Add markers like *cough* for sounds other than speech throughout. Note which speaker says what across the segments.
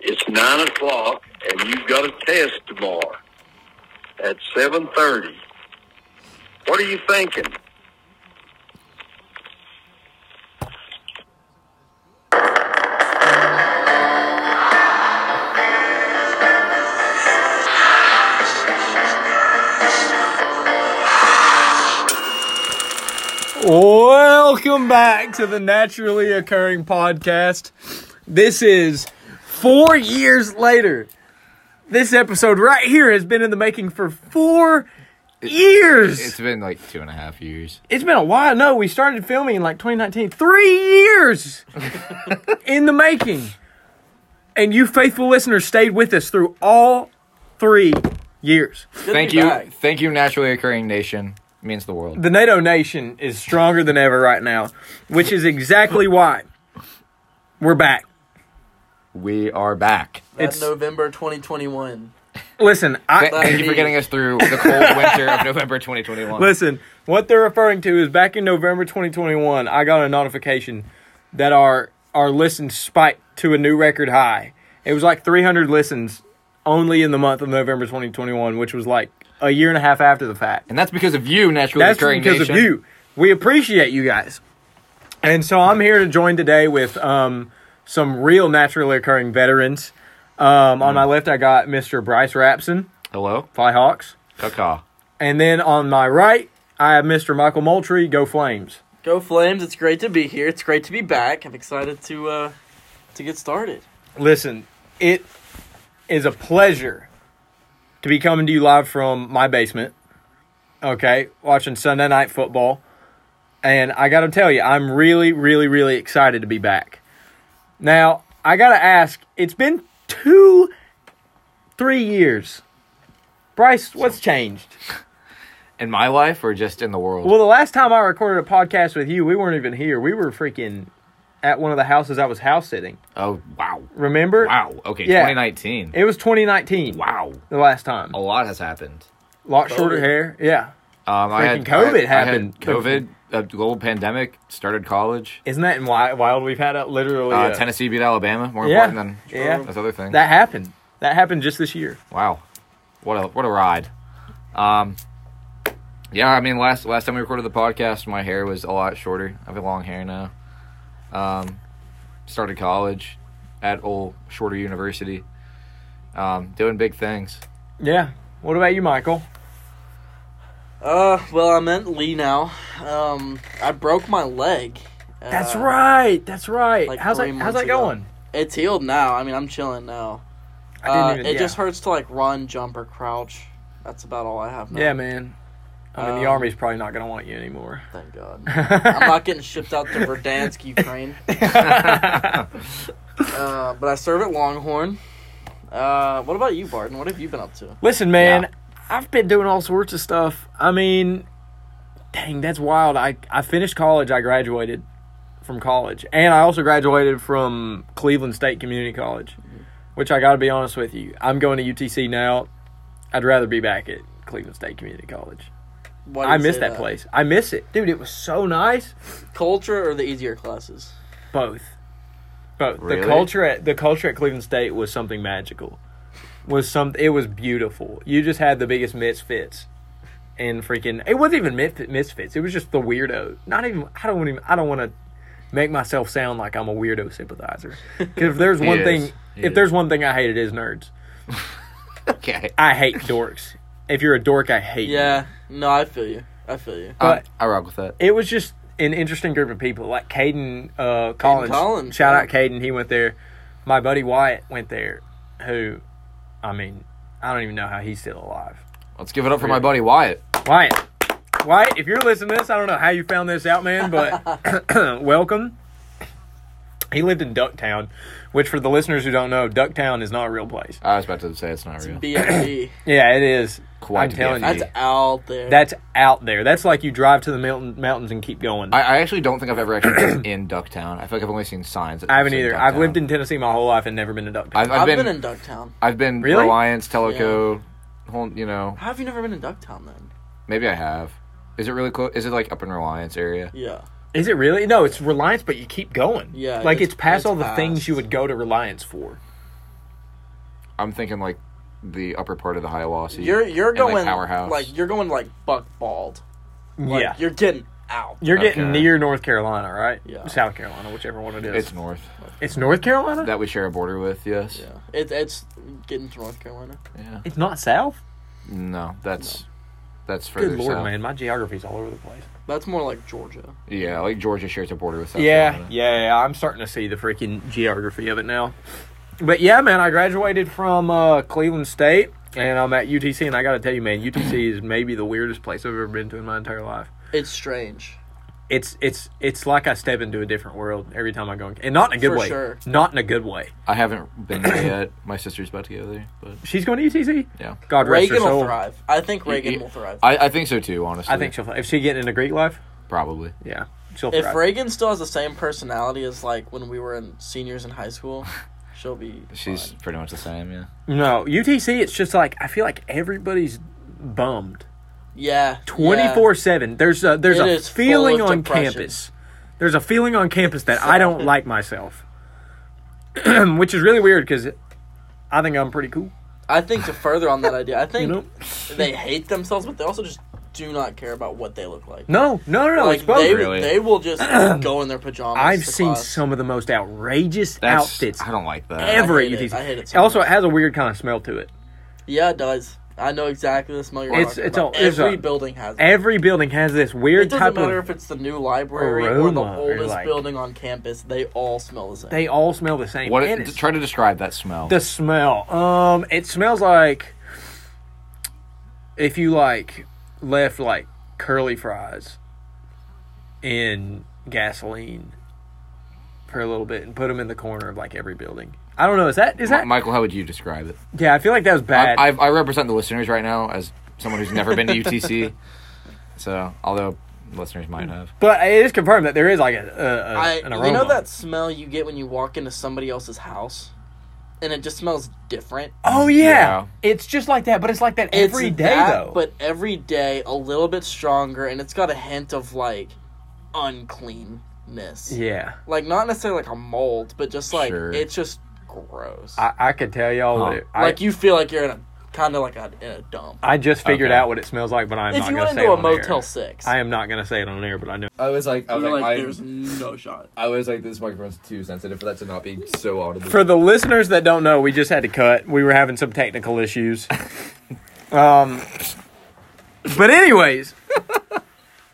Speaker 1: It's nine o'clock, and you've got a test tomorrow at seven thirty. What are you thinking?
Speaker 2: Welcome back to the Naturally Occurring Podcast. This is four years later. This episode right here has been in the making for four years.
Speaker 3: It's been like two and a half years.
Speaker 2: it's been a while. No, we started filming in like 2019. Three years *laughs* in the making. And you faithful listeners stayed with us through all three years.
Speaker 3: Thank
Speaker 4: be
Speaker 3: you,
Speaker 4: back.
Speaker 3: thank you, naturally occurring nation. Means the world.
Speaker 2: The NATO nation is stronger than ever right now, which is exactly why we're back.
Speaker 3: We are back.
Speaker 2: It's-
Speaker 4: It's November 2021.
Speaker 2: Listen, I,
Speaker 3: Th- Thank you for getting us through the
Speaker 2: *laughs*
Speaker 3: cold winter of November 2021.
Speaker 2: Listen, what they're referring to is back in November 2021, I got a notification that our our listens spiked to a new record high. It was like 300 listens only in the month of November 2021, which was like a year and a half after the fact.
Speaker 3: and that's because of you, naturally
Speaker 2: That's
Speaker 3: occurring
Speaker 2: because
Speaker 3: nation.
Speaker 2: of you. We appreciate you guys. And so I'm here to join today with um, some real naturally occurring veterans. Um, on my left, I got Mr. Bryce Rapson,
Speaker 3: Hello,
Speaker 2: Fly Hawks.
Speaker 3: Kaka.
Speaker 2: And then on my right, I have Mr. Michael Moultrie, Go Flames.
Speaker 4: Go Flames! It's great to be here. It's great to be back. I'm excited to uh, to get started.
Speaker 2: Listen, it is a pleasure to be coming to you live from my basement. Okay, watching Sunday night football. And I got to tell you, I'm really, really, really excited to be back. Now, I got to ask, it's been two, three years. Bryce, what's changed?
Speaker 3: In my life, or just in the world?
Speaker 2: Well, the last time I recorded a podcast with you, we weren't even here. We were freaking at one of the houses I was house sitting.
Speaker 3: oh wow,
Speaker 2: Remember?
Speaker 3: wow. Okay,
Speaker 2: Yeah.
Speaker 3: 2019.
Speaker 2: It was 2019.
Speaker 3: wow,
Speaker 2: The last time.
Speaker 3: a lot has happened.
Speaker 2: Lot shorter hair. Yeah.
Speaker 3: Um, I had
Speaker 2: Freaking COVID
Speaker 3: I- I had
Speaker 2: happened.
Speaker 3: COVID, a global pandemic, started college.
Speaker 2: Isn't that wi- wild? We've had a, literally.
Speaker 3: Uh,
Speaker 2: a-
Speaker 3: Tennessee beat Alabama. More
Speaker 2: Oh, Yeah.
Speaker 3: important than
Speaker 2: Yeah.
Speaker 3: those other things.
Speaker 2: That happened. That happened just this year.
Speaker 3: Wow, what a what a ride. Um, yeah, I mean last last time we recorded the podcast, my hair was a lot shorter. I have long hair now. Um, started college at old shorter university. Um, doing big things.
Speaker 2: Yeah. What about you, Michael?
Speaker 4: Uh, well, I'm at Lee now. Um, I broke my leg. Uh,
Speaker 2: That's right. That's right.
Speaker 4: like
Speaker 2: how's that,
Speaker 4: three
Speaker 2: how's that
Speaker 4: months ago.
Speaker 2: going?
Speaker 4: It's healed now. I mean, I'm chilling now.
Speaker 2: I didn't
Speaker 4: Uh,
Speaker 2: even-
Speaker 4: it
Speaker 2: yeah.
Speaker 4: just hurts to like run, jump, or crouch. That's about all I have now.
Speaker 2: Yeah, man. I mean, the
Speaker 4: Um,
Speaker 2: army's probably not going to want you anymore. *laughs*
Speaker 4: Thank God. I'm not getting shipped out to Verdansk, Ukraine.
Speaker 2: *laughs*
Speaker 4: Uh, but I serve at Longhorn. Uh, what about you, Barton? What have you been up to?
Speaker 2: Listen, man,
Speaker 3: Yeah.
Speaker 2: I've been doing all sorts of stuff. I mean, dang, that's wild. I, I finished college. I graduated from college. And I also graduated from Cleveland State Community College, which I got to be honest with you. I'm going to UTC now. I'd rather be back at Cleveland State Community College.
Speaker 4: Why do
Speaker 2: I
Speaker 4: you
Speaker 2: miss
Speaker 4: say
Speaker 2: that, place. I miss it. Dude, it was so nice.
Speaker 4: Culture or the easier classes?
Speaker 2: Both. Both.
Speaker 3: Really?
Speaker 2: The culture at the culture at Cleveland State was something magical. Was some it was beautiful. You just had the biggest misfits. And freaking it wasn't even misf- misfits. It was just the weirdo. Not even I don't even I don't want to make myself sound like I'm a weirdo sympathizer. Cuz if there's one
Speaker 3: is.
Speaker 2: thing
Speaker 3: *laughs* He
Speaker 2: if
Speaker 3: is.
Speaker 2: there's one thing I hate it is nerds.
Speaker 3: Okay.
Speaker 2: I hate dorks. If you're a dork, I hate you.
Speaker 4: Yeah. No, I feel you. I feel you.
Speaker 2: But-
Speaker 3: I, I rock with that.
Speaker 2: it was just an interesting group of people. Like Caden uh, Collins.
Speaker 4: Collins,
Speaker 2: Shout
Speaker 4: yeah.
Speaker 2: out Caden. He went there. My buddy Wyatt went there, who, I mean, I don't even know how he's still alive.
Speaker 3: Let's give it up for my buddy Wyatt.
Speaker 2: Wyatt. Wyatt, if you're listening to this, I don't know how you found this out, man, but *coughs* welcome. He lived in Ducktown, which for the listeners who don't know, Ducktown is not a real place.
Speaker 3: I was about to say it's not real. *coughs*
Speaker 4: BFD.
Speaker 2: Yeah, it is.
Speaker 3: Quite
Speaker 2: I'm telling
Speaker 3: BFD.
Speaker 2: you.
Speaker 4: That's out there.
Speaker 2: That's out there. That's like you drive to the mountain, mountains and keep going.
Speaker 3: I, I actually don't think I've ever actually been in Ducktown. I feel like I've only seen signs. that
Speaker 2: I haven't
Speaker 3: say
Speaker 2: either. I've
Speaker 3: Ducktown.
Speaker 2: lived in Tennessee my whole life and never been to Ducktown.
Speaker 3: I've, I've,
Speaker 4: I've
Speaker 3: been,
Speaker 4: been, in Ducktown.
Speaker 3: I've been
Speaker 2: Really?
Speaker 3: Reliance, Teleco, whole- you know,
Speaker 4: How have you never been in Ducktown then?
Speaker 3: maybe I have. Is it really close? Is it like up in Reliance area?
Speaker 4: Yeah.
Speaker 2: Is it really? No, it's Reliance, but you keep going.
Speaker 4: Yeah,
Speaker 2: like it's,
Speaker 4: it's-
Speaker 2: past
Speaker 4: it's
Speaker 2: all the things
Speaker 4: past.
Speaker 2: you would go to Reliance for.
Speaker 3: I'm thinking like the upper part of the Hiawassee.
Speaker 4: You're you're
Speaker 3: and, like,
Speaker 4: going
Speaker 3: powerhouse.
Speaker 4: like you're going like buck bald. Like,
Speaker 2: yeah.
Speaker 4: you're getting out.
Speaker 2: You're getting
Speaker 3: Okay.
Speaker 2: near North Carolina, right?
Speaker 4: Yeah.
Speaker 2: South Carolina, whichever one it is.
Speaker 3: it's north
Speaker 2: It's North Carolina?
Speaker 3: that we share a border with. Yes.
Speaker 4: Yeah, it, it's getting to North Carolina.
Speaker 3: Yeah.
Speaker 2: it's not South?
Speaker 3: No, that's that's further
Speaker 2: Good lord,
Speaker 3: south.
Speaker 2: man. My geography's all over the place.
Speaker 4: That's more like Georgia.
Speaker 3: Yeah, like Georgia shares a border with South
Speaker 2: Yeah,
Speaker 3: Carolina.
Speaker 2: yeah, yeah. I'm starting to see the freaking geography of it now. But yeah, man, I graduated from uh, Cleveland State and I'm at UTC. And I got to tell you, man, UTC is maybe the weirdest place I've ever been to in my entire life.
Speaker 4: It's strange.
Speaker 2: It's it's it's like I step into a different world every time I go, in- and not in a good
Speaker 4: For
Speaker 2: way.
Speaker 4: sure.
Speaker 2: Not in a good way.
Speaker 3: I haven't been there yet. My sister's about to go there, but
Speaker 2: She's going to UTC.
Speaker 3: yeah,
Speaker 2: God rest her
Speaker 4: Reagan will
Speaker 2: soul.
Speaker 4: thrive. I think Reagan
Speaker 3: yeah.
Speaker 4: will thrive.
Speaker 3: I, I think so too. Honestly,
Speaker 2: I think she'll. If she get into Greek life,
Speaker 3: probably.
Speaker 2: yeah, she'll
Speaker 4: if
Speaker 2: thrive.
Speaker 4: Reagan still has the same personality as like when we were in seniors in high school,
Speaker 3: *laughs*
Speaker 4: she'll be.
Speaker 3: She's
Speaker 4: fine.
Speaker 3: pretty much the same. Yeah,
Speaker 2: no, UTC. It's just like I feel like everybody's bummed.
Speaker 4: yeah
Speaker 2: twenty four seven. There's a there's
Speaker 4: It
Speaker 2: a
Speaker 4: is full
Speaker 2: feeling
Speaker 4: of
Speaker 2: on
Speaker 4: depression.
Speaker 2: campus. There's a feeling on campus that I don't like myself, *clears throat* which is really weird because I think I'm pretty cool.
Speaker 4: Yeah. I think to further on
Speaker 2: *laughs*
Speaker 4: that idea, I think
Speaker 2: know?
Speaker 4: they hate themselves, but they also just do not care about what they look like.
Speaker 2: No, no, no, no.
Speaker 4: like
Speaker 2: it's both.
Speaker 4: they
Speaker 3: really.
Speaker 4: they
Speaker 2: *clears throat*
Speaker 4: will just go in their pajamas.
Speaker 2: I've
Speaker 4: to
Speaker 2: seen
Speaker 4: class.
Speaker 2: some of the most outrageous
Speaker 3: that's
Speaker 2: outfits
Speaker 3: I don't like that.
Speaker 4: Ev-
Speaker 2: ever
Speaker 4: I
Speaker 2: at
Speaker 4: hate it.
Speaker 2: UTC.
Speaker 4: I hate it so
Speaker 2: also,
Speaker 4: much.
Speaker 2: it has a weird kind of smell to it.
Speaker 4: Yeah, it does. I know exactly the smell you're
Speaker 2: It's-
Speaker 4: talking
Speaker 2: it's
Speaker 4: about.
Speaker 2: a- it's
Speaker 4: Every
Speaker 2: a-
Speaker 4: building has it.
Speaker 2: Every building has this weird
Speaker 4: It doesn't
Speaker 2: type
Speaker 4: matter
Speaker 2: of.
Speaker 4: if it's the new library or the
Speaker 2: aroma or,
Speaker 4: oldest
Speaker 2: like-
Speaker 4: building on campus; they all smell the same.
Speaker 2: They all smell the same.
Speaker 3: What?
Speaker 2: and
Speaker 3: It,
Speaker 2: it's-
Speaker 3: try to describe that smell.
Speaker 2: The smell. Um, it smells like if you like left like curly fries in gasoline for a little bit and put them in the corner of like every building. I don't know. Is that is
Speaker 3: Mi-
Speaker 2: that?
Speaker 3: Michael, how would you describe it?
Speaker 2: yeah, I feel like that was
Speaker 3: I,
Speaker 2: bad.
Speaker 3: I, I represent the listeners right now as someone who's never been
Speaker 2: *laughs*
Speaker 3: to UTC. So, although listeners might have,
Speaker 2: but it is confirmed that there is like a, a, a
Speaker 4: I,
Speaker 2: an
Speaker 4: you
Speaker 2: aroma.
Speaker 4: know that smell you get when you walk into somebody else's house, and it just smells different.
Speaker 2: Oh yeah.
Speaker 3: Yeah.
Speaker 2: it's just like that, but it's like that
Speaker 4: It's
Speaker 2: every day
Speaker 4: that,
Speaker 2: though.
Speaker 4: but every day a little bit stronger, and it's got a hint of like uncleanness.
Speaker 2: yeah,
Speaker 4: Like not necessarily like a mold, but just like
Speaker 3: Sure.
Speaker 4: it's just gross.
Speaker 2: I, I could tell y'all
Speaker 3: Huh.
Speaker 2: that I,
Speaker 4: like you feel like you're in a kind of like a, in a dump.
Speaker 2: I just figured
Speaker 3: Okay.
Speaker 2: out what it smells like, but I'm
Speaker 4: if
Speaker 2: not
Speaker 4: you
Speaker 2: gonna
Speaker 4: went
Speaker 2: say
Speaker 4: into
Speaker 2: it
Speaker 4: a
Speaker 2: on air.
Speaker 4: Motel Six,
Speaker 2: I am not gonna say it on air, but I know.
Speaker 3: I was like, I
Speaker 4: you're like, there's no shot.
Speaker 3: I was like, this microphone's too sensitive for that to not be so audible.
Speaker 2: For the listeners that don't know, we just had to cut. We were having some technical
Speaker 4: *laughs*
Speaker 2: issues. um, but anyways,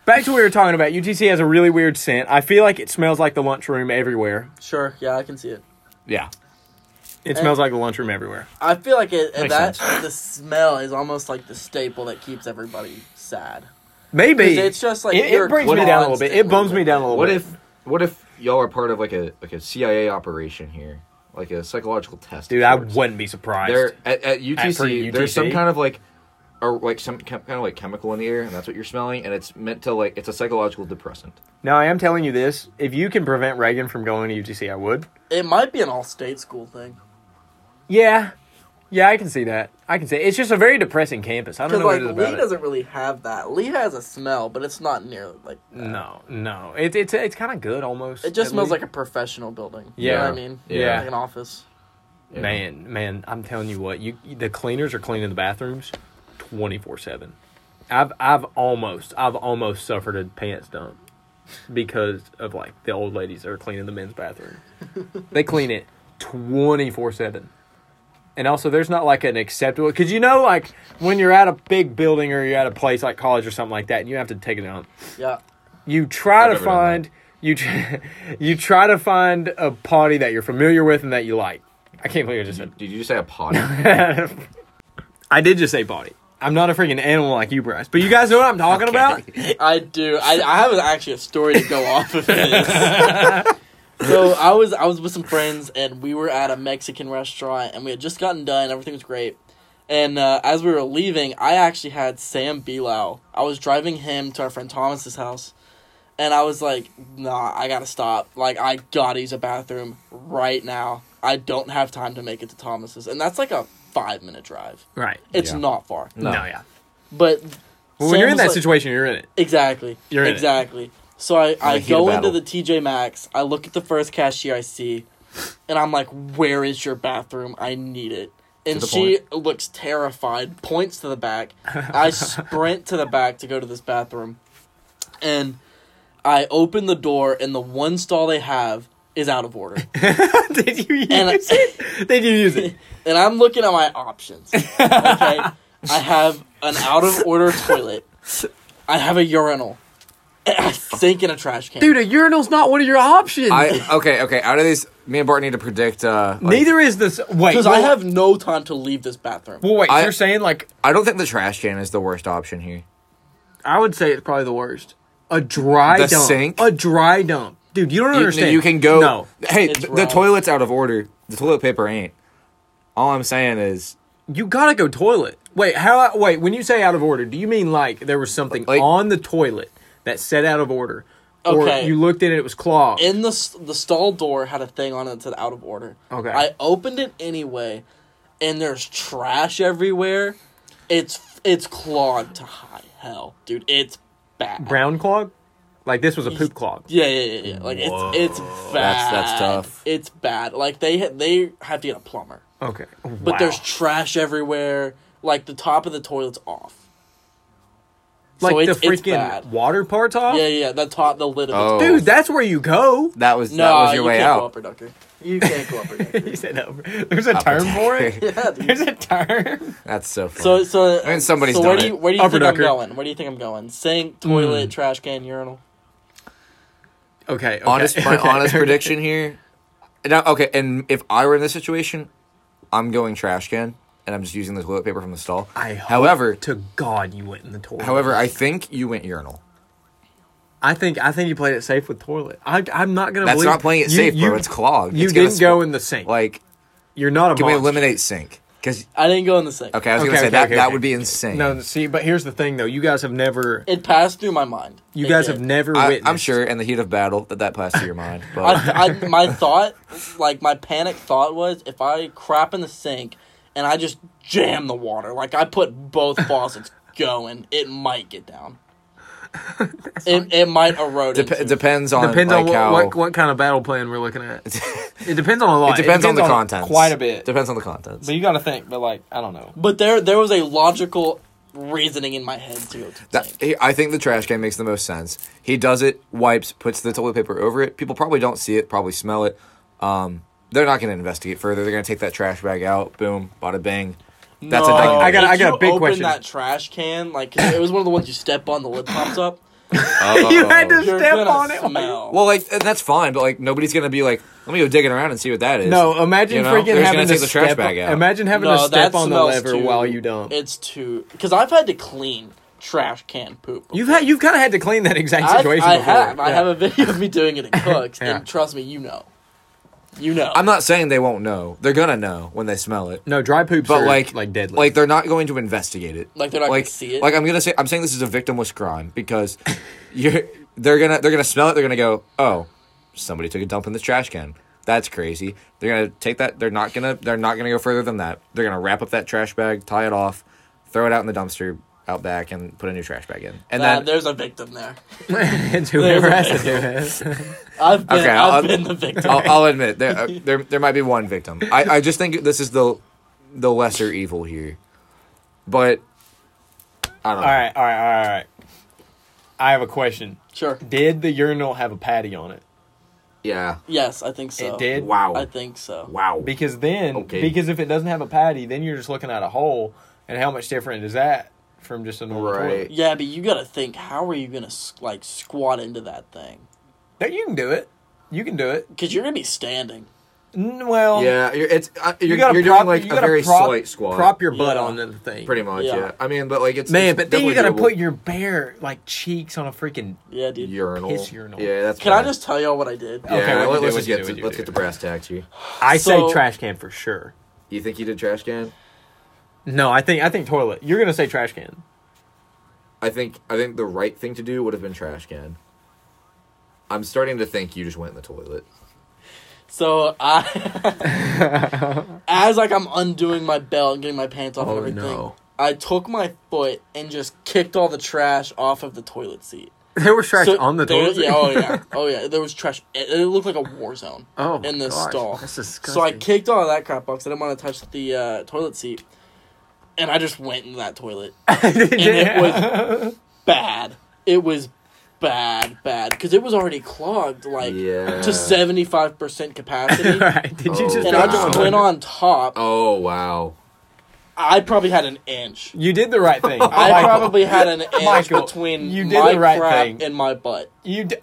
Speaker 2: back to what we were talking about. UTC has a really weird scent. I feel like it smells like the lunchroom everywhere.
Speaker 4: Sure, yeah, I can see it.
Speaker 3: yeah,
Speaker 4: Eh.
Speaker 2: It smells like the lunchroom everywhere.
Speaker 4: I feel like it,
Speaker 3: Makes
Speaker 4: that the smell is almost like the staple that keeps everybody sad.
Speaker 2: Maybe
Speaker 4: 'Cause it's just like
Speaker 2: it, it
Speaker 4: you're
Speaker 2: brings me down a little bit. It
Speaker 4: constantly
Speaker 2: bums me down a little
Speaker 3: What
Speaker 2: bit.
Speaker 3: if what if y'all are part of like a like a CIA operation here, like a psychological test?
Speaker 2: dude? I
Speaker 3: first?
Speaker 2: wouldn't be surprised.
Speaker 3: There at, at UTC,
Speaker 2: At- for
Speaker 3: there's some
Speaker 2: UTC?
Speaker 3: kind of like or like some chem- kind of like chemical in the air, and that's what you're smelling, and it's meant to like it's a psychological depressant.
Speaker 2: now I am telling you this: if you can prevent Reagan from going to UTC, I would.
Speaker 4: It might be an all-state school thing.
Speaker 2: Yeah, yeah, I can see that. I can see it's just a very depressing campus. I don't
Speaker 4: Because
Speaker 2: know what
Speaker 4: like
Speaker 2: it is
Speaker 4: Lee
Speaker 2: about it.
Speaker 4: doesn't really have that. Lee has a smell, but it's not nearly like that.
Speaker 2: No, no. It, it's it's kind of good almost.
Speaker 4: It just
Speaker 2: at
Speaker 4: smells
Speaker 2: least.
Speaker 4: like a professional building. You
Speaker 2: Yeah.
Speaker 4: know what I mean?
Speaker 3: Yeah.
Speaker 4: Like an office.
Speaker 3: Yeah.
Speaker 2: man, man. I'm telling you what, you the cleaners are cleaning the bathrooms, twenty four seven. I've I've almost I've almost suffered a pants dump because of like the old ladies that are cleaning the men's
Speaker 3: *laughs*
Speaker 2: bathroom. they clean it twenty four seven. And also, there's not like an acceptable because you know, like when you're at a big building or you're at a place like college or something like that, and you have to take it dump.
Speaker 4: Yeah.
Speaker 2: you try
Speaker 3: I've
Speaker 2: to
Speaker 3: never done
Speaker 2: find you tr- *laughs* you try to find a party that you're familiar with and that you like. I can't believe I just said.
Speaker 3: Did you just say
Speaker 2: *laughs*
Speaker 3: a pot?
Speaker 2: I did just say party. I'm not a freaking animal like you, Bryce. But you guys know what I'm talking about.
Speaker 4: I do. I, I have actually a story to go off of this.
Speaker 2: *laughs*
Speaker 4: so I was I was with some friends and we were at a Mexican restaurant and we had just gotten done. Everything was great. And uh, as we were leaving, I actually had Sam Bilal. I was driving him to our friend Thomas's house, and I was like, "Nah, I gotta stop. Like, I gotta use a bathroom right now. I don't have time to make it to Thomas's." And that's like a five minute drive.
Speaker 2: Right.
Speaker 4: It's
Speaker 3: Yeah.
Speaker 4: not far.
Speaker 2: No.
Speaker 3: No.
Speaker 2: Yeah.
Speaker 4: But
Speaker 2: Well,
Speaker 4: Sam
Speaker 2: when you're in
Speaker 4: was
Speaker 2: that
Speaker 4: like-
Speaker 2: situation, you're in it. *laughs*
Speaker 4: Exactly.
Speaker 2: You're in it.
Speaker 4: exactly. So I, I
Speaker 3: heat of
Speaker 4: go into
Speaker 3: battle.
Speaker 4: the TJ Maxx. I look at the first cashier I see, and I'm like, "Where is your bathroom? I need it." and
Speaker 3: the
Speaker 4: she looks terrified, points to the back. I sprint to the back to go to this bathroom. And I open the door, and the one stall they have is out of order.
Speaker 2: Did you use
Speaker 4: And
Speaker 3: uh,
Speaker 4: I-
Speaker 2: it? *laughs* Did you use
Speaker 3: *laughs*
Speaker 2: it?
Speaker 4: and I'm looking at my options. Okay. I have an out of order toilet. I have a urinal. and I think in a trash can.
Speaker 5: Dude, a urinal's not one of your options.
Speaker 3: I okay, okay. Out of these, me and Bart need to predict. Uh, like-
Speaker 2: Neither is this. Wait,
Speaker 4: because I
Speaker 2: well-
Speaker 4: have no time to leave this bathroom.
Speaker 2: Well, wait.
Speaker 3: I-
Speaker 2: you're saying like
Speaker 3: I don't think the trash can is the worst option here.
Speaker 5: I would say it's probably the worst.
Speaker 2: a dry
Speaker 3: The
Speaker 2: dump?
Speaker 3: sink?
Speaker 2: A dry dump, dude. You don't
Speaker 3: You,
Speaker 2: understand.
Speaker 3: you can go.
Speaker 2: No,
Speaker 3: Hey,
Speaker 4: It's
Speaker 3: th- the
Speaker 4: wrong.
Speaker 3: toilet's out of order. The toilet paper ain't. All I'm saying is,
Speaker 2: you gotta go toilet. Wait, how? Wait, when you say out of order, do you mean like there was something
Speaker 3: Like-
Speaker 2: on the toilet that said out of order,
Speaker 4: Okay.
Speaker 2: or you looked at it, it was clogged?
Speaker 4: in the s- the stall door had a thing on it that said out of order.
Speaker 2: Okay.
Speaker 4: I opened it anyway, and there's trash everywhere. It's it's clogged to high hell, dude. It's bad.
Speaker 2: Brown clog, like this was a poop clog.
Speaker 4: Yeah, yeah, yeah, yeah. Like it's it's
Speaker 3: That's-
Speaker 4: bad.
Speaker 3: that's tough.
Speaker 4: It's bad. Like they ha- they have to get a plumber,
Speaker 2: Okay,
Speaker 4: but there's trash everywhere. Like the top of the toilet's off.
Speaker 2: like
Speaker 4: so it's-
Speaker 2: the
Speaker 4: it's
Speaker 2: freaking
Speaker 4: bad.
Speaker 2: water parts off.
Speaker 4: Yeah, yeah. The top, the lid of
Speaker 3: Oh.
Speaker 4: the
Speaker 2: Dude, that's where you go. *laughs*
Speaker 3: that was
Speaker 4: No,
Speaker 3: that was your
Speaker 4: you
Speaker 3: way
Speaker 4: can't go
Speaker 3: out.
Speaker 4: upper ducker. You can't go
Speaker 3: *laughs*
Speaker 4: upper ducker.
Speaker 2: He said, "Oh, "There's a term for it. *laughs*
Speaker 4: Yeah, *laughs* dude.
Speaker 2: There's a term."
Speaker 3: That's so. Funny.
Speaker 4: So so
Speaker 3: I mean, somebody's
Speaker 4: so where
Speaker 3: done
Speaker 4: do you
Speaker 3: it.
Speaker 4: where do you
Speaker 2: Upper
Speaker 4: think I'm
Speaker 2: Decker.
Speaker 4: going? Where do you think I'm going? Sink,
Speaker 2: Hmm.
Speaker 4: toilet, trash can, urinal.
Speaker 2: Okay, okay.
Speaker 3: *laughs*
Speaker 2: *laughs*
Speaker 3: honest, my honest prediction here. Now, okay, and if I were in this situation, I'm going trash can, and I'm just using the toilet paper from the stall.
Speaker 2: I hope
Speaker 3: however,
Speaker 2: to God you went in the toilet.
Speaker 3: however, I think you went urinal.
Speaker 2: I think I think you played it safe with toilet. I, I'm not gonna.
Speaker 3: That's
Speaker 2: believe,
Speaker 3: not playing it
Speaker 2: you-
Speaker 3: safe,
Speaker 2: you-
Speaker 3: bro. It's clogged.
Speaker 2: You
Speaker 3: It's gonna
Speaker 2: didn't go
Speaker 3: sp-
Speaker 2: in the sink. Like
Speaker 3: Like,
Speaker 2: you're not a.
Speaker 3: can we
Speaker 2: monster.
Speaker 3: eliminate sink? Because
Speaker 4: I didn't go in the sink.
Speaker 3: okay, I was
Speaker 2: Okay,
Speaker 3: gonna say
Speaker 2: okay,
Speaker 3: that
Speaker 2: okay,
Speaker 3: that
Speaker 2: okay.
Speaker 3: would be insane.
Speaker 2: No, see, but here's the thing though. You guys have never.
Speaker 4: It passed through my mind.
Speaker 2: You
Speaker 4: It
Speaker 2: guys
Speaker 4: did.
Speaker 2: have never
Speaker 3: I,
Speaker 2: witnessed.
Speaker 3: I'm sure in the heat of battle that that passed through your
Speaker 2: *laughs*
Speaker 3: mind. But
Speaker 4: I,
Speaker 3: *laughs*
Speaker 4: I, my thought, like my panic thought was, if I crap in the sink and I just jam the water, like I put both
Speaker 3: *laughs*
Speaker 4: faucets going, it might get down. it, it might erode.
Speaker 3: Dep-
Speaker 4: into-
Speaker 3: depends on
Speaker 2: Depends
Speaker 3: like,
Speaker 2: on what,
Speaker 3: how.
Speaker 2: what what kind of battle plan we're looking
Speaker 3: *laughs*
Speaker 2: at. it depends on a lot.
Speaker 3: it depends on the contents.
Speaker 2: content. Quite a bit.
Speaker 3: Depends on the contents.
Speaker 2: But you got to think. But like, I don't know.
Speaker 4: but there, there was a logical reasoning in my head to go to the
Speaker 3: That,
Speaker 4: sink.
Speaker 3: he- I think the trash can makes the most sense. He does it, wipes, puts the toilet paper over it. People probably don't see it, probably smell it. Um, they're not going to investigate further. They're going to take that trash bag out. Boom, bada bing. That's a
Speaker 2: I
Speaker 3: thing.
Speaker 2: got- *laughs* I
Speaker 4: if
Speaker 2: got a
Speaker 4: you
Speaker 2: big
Speaker 4: open
Speaker 2: question.
Speaker 4: That trash can, like 'cause it was one of the ones you step on, the lid pops up.
Speaker 2: *laughs* you had to
Speaker 4: You're
Speaker 2: step
Speaker 4: gonna
Speaker 2: on it.
Speaker 4: smell.
Speaker 3: Well, like and that's fine, but like nobody's going to be like, let me go digging around and see what that is.
Speaker 2: No, imagine
Speaker 3: You know? They're
Speaker 2: freaking
Speaker 3: just
Speaker 2: having
Speaker 3: gonna
Speaker 2: to
Speaker 3: take the trash
Speaker 2: step-
Speaker 3: bag out.
Speaker 2: Imagine having to
Speaker 4: that
Speaker 2: step on the
Speaker 4: smells
Speaker 2: lever
Speaker 4: too-
Speaker 2: while you dump.
Speaker 4: It's too because I've had to clean trash can poop. before.
Speaker 2: You've had you've kind of had to clean that exact
Speaker 4: I've-
Speaker 2: situation.
Speaker 4: I
Speaker 2: before.
Speaker 4: have. I
Speaker 2: Yeah.
Speaker 4: have a video of me
Speaker 2: *laughs*
Speaker 4: doing it at Cooks,
Speaker 2: Yeah.
Speaker 4: and trust me, you know, you know.
Speaker 3: I'm not saying they won't know. They're going to know when they smell it.
Speaker 2: No dry poops,
Speaker 3: But
Speaker 2: are
Speaker 3: like,
Speaker 2: like like deadly.
Speaker 3: Like they're not going to investigate it.
Speaker 4: Like, they're not gonna
Speaker 3: like,
Speaker 4: see it?
Speaker 3: Like I'm gonna say, I'm saying this is a victimless crime because *laughs* you're they're gonna they're gonna smell it. They're gonna go, oh, somebody took a dump in this trash can. That's crazy. They're gonna take that. They're not gonna they're not gonna go further than that. They're gonna wrap up that trash bag, tie it off, throw it out in the dumpster out back, and put a new trash bag in. And
Speaker 4: Nah,
Speaker 3: then
Speaker 4: there's a victim there.
Speaker 2: *laughs* it's whoever
Speaker 4: There's a
Speaker 2: has to do it.
Speaker 4: I've been.
Speaker 3: Okay,
Speaker 4: I've
Speaker 3: I'll-
Speaker 4: been the victim. *laughs*
Speaker 3: I'll, I'll admit there, uh, there there might be one victim. I, I just think this is the the lesser evil here, but I don't know.
Speaker 2: All right, all right, all right, all right. I have a question.
Speaker 4: sure.
Speaker 2: Did the urinal have a patty on it?
Speaker 3: Yeah.
Speaker 4: Yes, I think so.
Speaker 2: It did.
Speaker 3: Wow.
Speaker 4: I think so.
Speaker 3: Wow.
Speaker 2: Because then,
Speaker 3: Okay.
Speaker 2: because if it doesn't have a patty, then you're just looking at a hole. And how much different is that from just a normal
Speaker 3: Right.
Speaker 2: toilet?
Speaker 4: Yeah, but you gotta think. How are you gonna s- like squat into that thing?
Speaker 2: No, you can do it. You can do it.
Speaker 4: Because you're gonna be standing.
Speaker 2: N- Well,
Speaker 3: Yeah, you're, it's uh, you're,
Speaker 2: you
Speaker 3: you are
Speaker 2: gotta
Speaker 3: you are
Speaker 2: prop,
Speaker 3: doing like
Speaker 2: you
Speaker 3: a
Speaker 2: gotta
Speaker 3: very
Speaker 2: prop,
Speaker 3: slight squat,
Speaker 2: Prop your butt
Speaker 4: Yeah.
Speaker 2: on the thing.
Speaker 3: pretty much. Yeah.
Speaker 4: Yeah.
Speaker 3: I mean, but like it's
Speaker 2: Man,
Speaker 3: it's
Speaker 2: but then you gotta
Speaker 3: definitely
Speaker 2: put
Speaker 3: doable.
Speaker 2: your bare like cheeks on a freaking.
Speaker 4: Yeah, dude.
Speaker 3: urinal.
Speaker 2: piss urinal.
Speaker 3: Yeah, that's.
Speaker 4: Can I
Speaker 3: fine.
Speaker 4: just tell y'all what I did?
Speaker 3: Yeah,
Speaker 2: Okay, what
Speaker 3: let,
Speaker 2: you
Speaker 3: us
Speaker 2: do,
Speaker 3: just
Speaker 2: what you do,
Speaker 3: get to,
Speaker 2: what you
Speaker 3: let's
Speaker 2: do.
Speaker 3: get to brass tacks here.
Speaker 2: I
Speaker 4: So-
Speaker 2: say trash can for sure.
Speaker 3: You think you did trash can?
Speaker 2: No, I think I think toilet. You're gonna say trash
Speaker 3: *laughs*
Speaker 2: can.
Speaker 3: I think I think the right thing to do would have been trash can. I'm starting to think you just went in the toilet.
Speaker 4: So I, *laughs* as like I'm undoing my belt and getting my pants off
Speaker 2: Oh,
Speaker 4: and everything,
Speaker 2: no.
Speaker 4: I took my foot and just kicked all the trash off of the toilet seat.
Speaker 5: There was trash
Speaker 4: So
Speaker 5: on the
Speaker 4: there-
Speaker 5: toilet.
Speaker 4: Yeah,
Speaker 3: *laughs*
Speaker 5: *laughs*
Speaker 4: oh yeah, oh yeah. There was trash. It, it looked like a war zone.
Speaker 5: Oh my
Speaker 4: in the
Speaker 5: gosh,
Speaker 4: stall.
Speaker 5: that's disgusting.
Speaker 4: So I kicked all of that crap box. I didn't want to touch the uh, toilet seat, and I just went into
Speaker 5: *laughs*
Speaker 4: that toilet, and
Speaker 3: *laughs*
Speaker 4: it was bad. It was bad, bad because it was already clogged like
Speaker 3: Yeah.
Speaker 4: to seventy five
Speaker 5: *laughs*
Speaker 4: percent capacity,
Speaker 5: Right? Did you just?
Speaker 4: and I
Speaker 5: knock
Speaker 4: just
Speaker 5: on
Speaker 4: went
Speaker 5: the-
Speaker 4: on top.
Speaker 3: Oh wow.
Speaker 4: I probably had an inch.
Speaker 2: *laughs* You did the right thing.
Speaker 4: *laughs* I
Speaker 2: Oh, Michael.
Speaker 4: probably had an inch
Speaker 2: *laughs* Michael,
Speaker 4: between
Speaker 2: you did
Speaker 4: my
Speaker 2: the right
Speaker 4: crap
Speaker 2: thing.
Speaker 4: and my butt.
Speaker 2: You d- *laughs*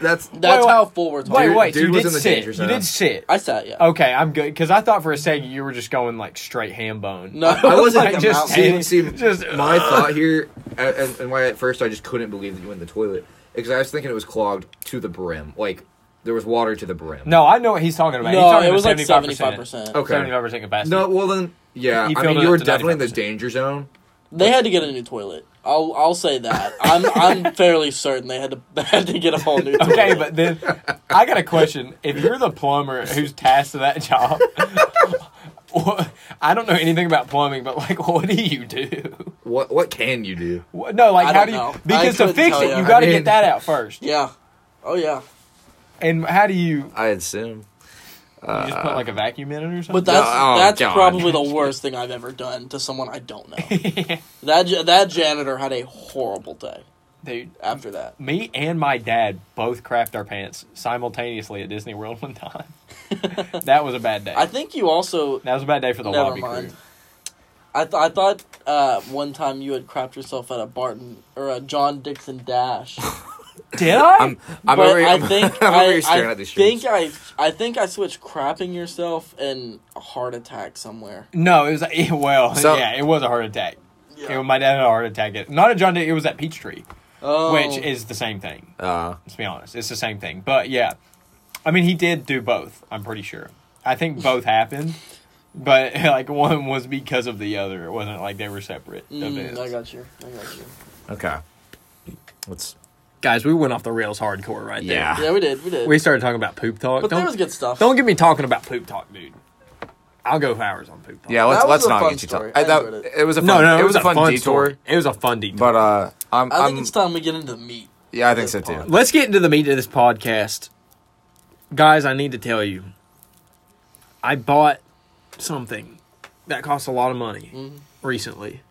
Speaker 3: That's
Speaker 4: That's
Speaker 2: wait.
Speaker 4: how full we're talking.
Speaker 2: wait, wait.
Speaker 3: dude
Speaker 2: you
Speaker 3: was
Speaker 2: did
Speaker 3: in the
Speaker 2: sit.
Speaker 3: danger
Speaker 2: You
Speaker 3: zone.
Speaker 2: did sit.
Speaker 4: I sat, yeah.
Speaker 2: Okay, I'm good because I thought for a second you were just going like straight ham bone. *laughs*
Speaker 4: No,
Speaker 3: I wasn't
Speaker 2: Like,
Speaker 3: just
Speaker 2: just sitting-
Speaker 3: see, see
Speaker 2: *laughs* just- uh,
Speaker 3: my thought here, and, and- and why at first I just couldn't believe that you went in the toilet because I was thinking it was clogged to the brim, like there was water to the brim.
Speaker 2: No, I know what he's talking about. he's
Speaker 4: *laughs* no,
Speaker 2: talking
Speaker 4: it was like seventy five
Speaker 2: 75%.
Speaker 4: percent.
Speaker 3: Okay.
Speaker 2: Seventy five percent capacity.
Speaker 3: No, well then, yeah.
Speaker 2: You
Speaker 3: I
Speaker 2: filled
Speaker 3: mean,
Speaker 2: it
Speaker 3: you
Speaker 2: up
Speaker 3: were
Speaker 2: to
Speaker 3: definitely in the
Speaker 2: 95%.
Speaker 3: danger zone.
Speaker 4: They had to get a new toilet. I'll I'll
Speaker 2: *laughs*
Speaker 4: say that. I'm I'm fairly certain they had to *laughs* they had to get a whole new toilet.
Speaker 2: Okay, but then I got a question. If you're the plumber who's tasked with that *laughs* job, what, I don't know anything about plumbing, but like, what do you do?
Speaker 3: What what can you do?
Speaker 2: What, no, like,
Speaker 4: I
Speaker 2: how
Speaker 4: don't
Speaker 2: do you?
Speaker 4: know. I
Speaker 2: Because to
Speaker 4: couldn't
Speaker 2: fix
Speaker 4: tell
Speaker 2: it,
Speaker 4: ya.
Speaker 2: you got to
Speaker 3: I mean-
Speaker 2: get that out first.
Speaker 4: yeah, oh yeah.
Speaker 2: And how do you?
Speaker 3: I assume.
Speaker 2: You just put like a vacuum in it or something.
Speaker 4: But that's
Speaker 3: No, oh,
Speaker 4: that's
Speaker 3: God.
Speaker 4: probably the worst thing I've ever done to someone I
Speaker 2: *laughs*
Speaker 4: don't know. that ja- that janitor had a horrible day
Speaker 2: dude,
Speaker 4: after that.
Speaker 2: me and my dad both crapped our pants simultaneously at Disney World one time. *laughs* that was a bad day.
Speaker 4: I think you also
Speaker 2: that was a bad day for the
Speaker 4: never
Speaker 2: lobby
Speaker 4: mind.
Speaker 2: crew.
Speaker 4: I th- I thought uh, one time you had crapped yourself at a Barton or a John Dixon
Speaker 3: *laughs*
Speaker 4: Dash.
Speaker 2: Did I?
Speaker 3: I'm I'm
Speaker 4: but
Speaker 3: over here,
Speaker 4: I
Speaker 3: *laughs*
Speaker 4: think
Speaker 3: I'm
Speaker 4: I,
Speaker 3: over here staring
Speaker 4: I
Speaker 3: at these
Speaker 4: think
Speaker 3: shirts.
Speaker 4: I I think I switched crapping yourself and a heart attack somewhere.
Speaker 2: no, it was well, *laughs*
Speaker 3: So-
Speaker 2: yeah, it was a heart attack. It- my dad had a heart attack. It, not a John Day. It was at Peachtree,
Speaker 4: Oh,
Speaker 2: which is the same thing.
Speaker 3: Uh,
Speaker 2: Let's be honest, it's the same thing. But yeah, I mean, he did do both. I'm pretty sure. I think both happened, but *laughs* like one was because of the other. It wasn't like they were separate
Speaker 4: Mm,
Speaker 2: events.
Speaker 4: I got you. I got you.
Speaker 3: okay. Let's.
Speaker 2: Guys, we went off the rails hardcore right
Speaker 3: Yeah.
Speaker 4: Yeah, we did. We did.
Speaker 2: We started talking about poop talk.
Speaker 4: but
Speaker 2: don't,
Speaker 4: there was good stuff.
Speaker 2: don't get me talking about poop talk, dude. I'll go for hours on poop talk.
Speaker 3: Yeah, let's
Speaker 4: That was
Speaker 3: let's
Speaker 4: a
Speaker 3: not
Speaker 4: fun
Speaker 3: get you
Speaker 4: story.
Speaker 3: talking.
Speaker 4: I
Speaker 3: that-
Speaker 4: enjoyed it.
Speaker 3: It was a fun,
Speaker 2: No, no,
Speaker 3: it was a fun detour.
Speaker 2: story. It was a fun detour.
Speaker 3: But uh, I'm
Speaker 4: I think
Speaker 2: um,
Speaker 3: I'm
Speaker 4: it's time we get into the meat.
Speaker 3: yeah, I think so
Speaker 4: this
Speaker 3: too.
Speaker 4: pod.
Speaker 2: Let's get into the meat of this podcast. Guys, I need to tell you. I bought something that costs a lot of money recently.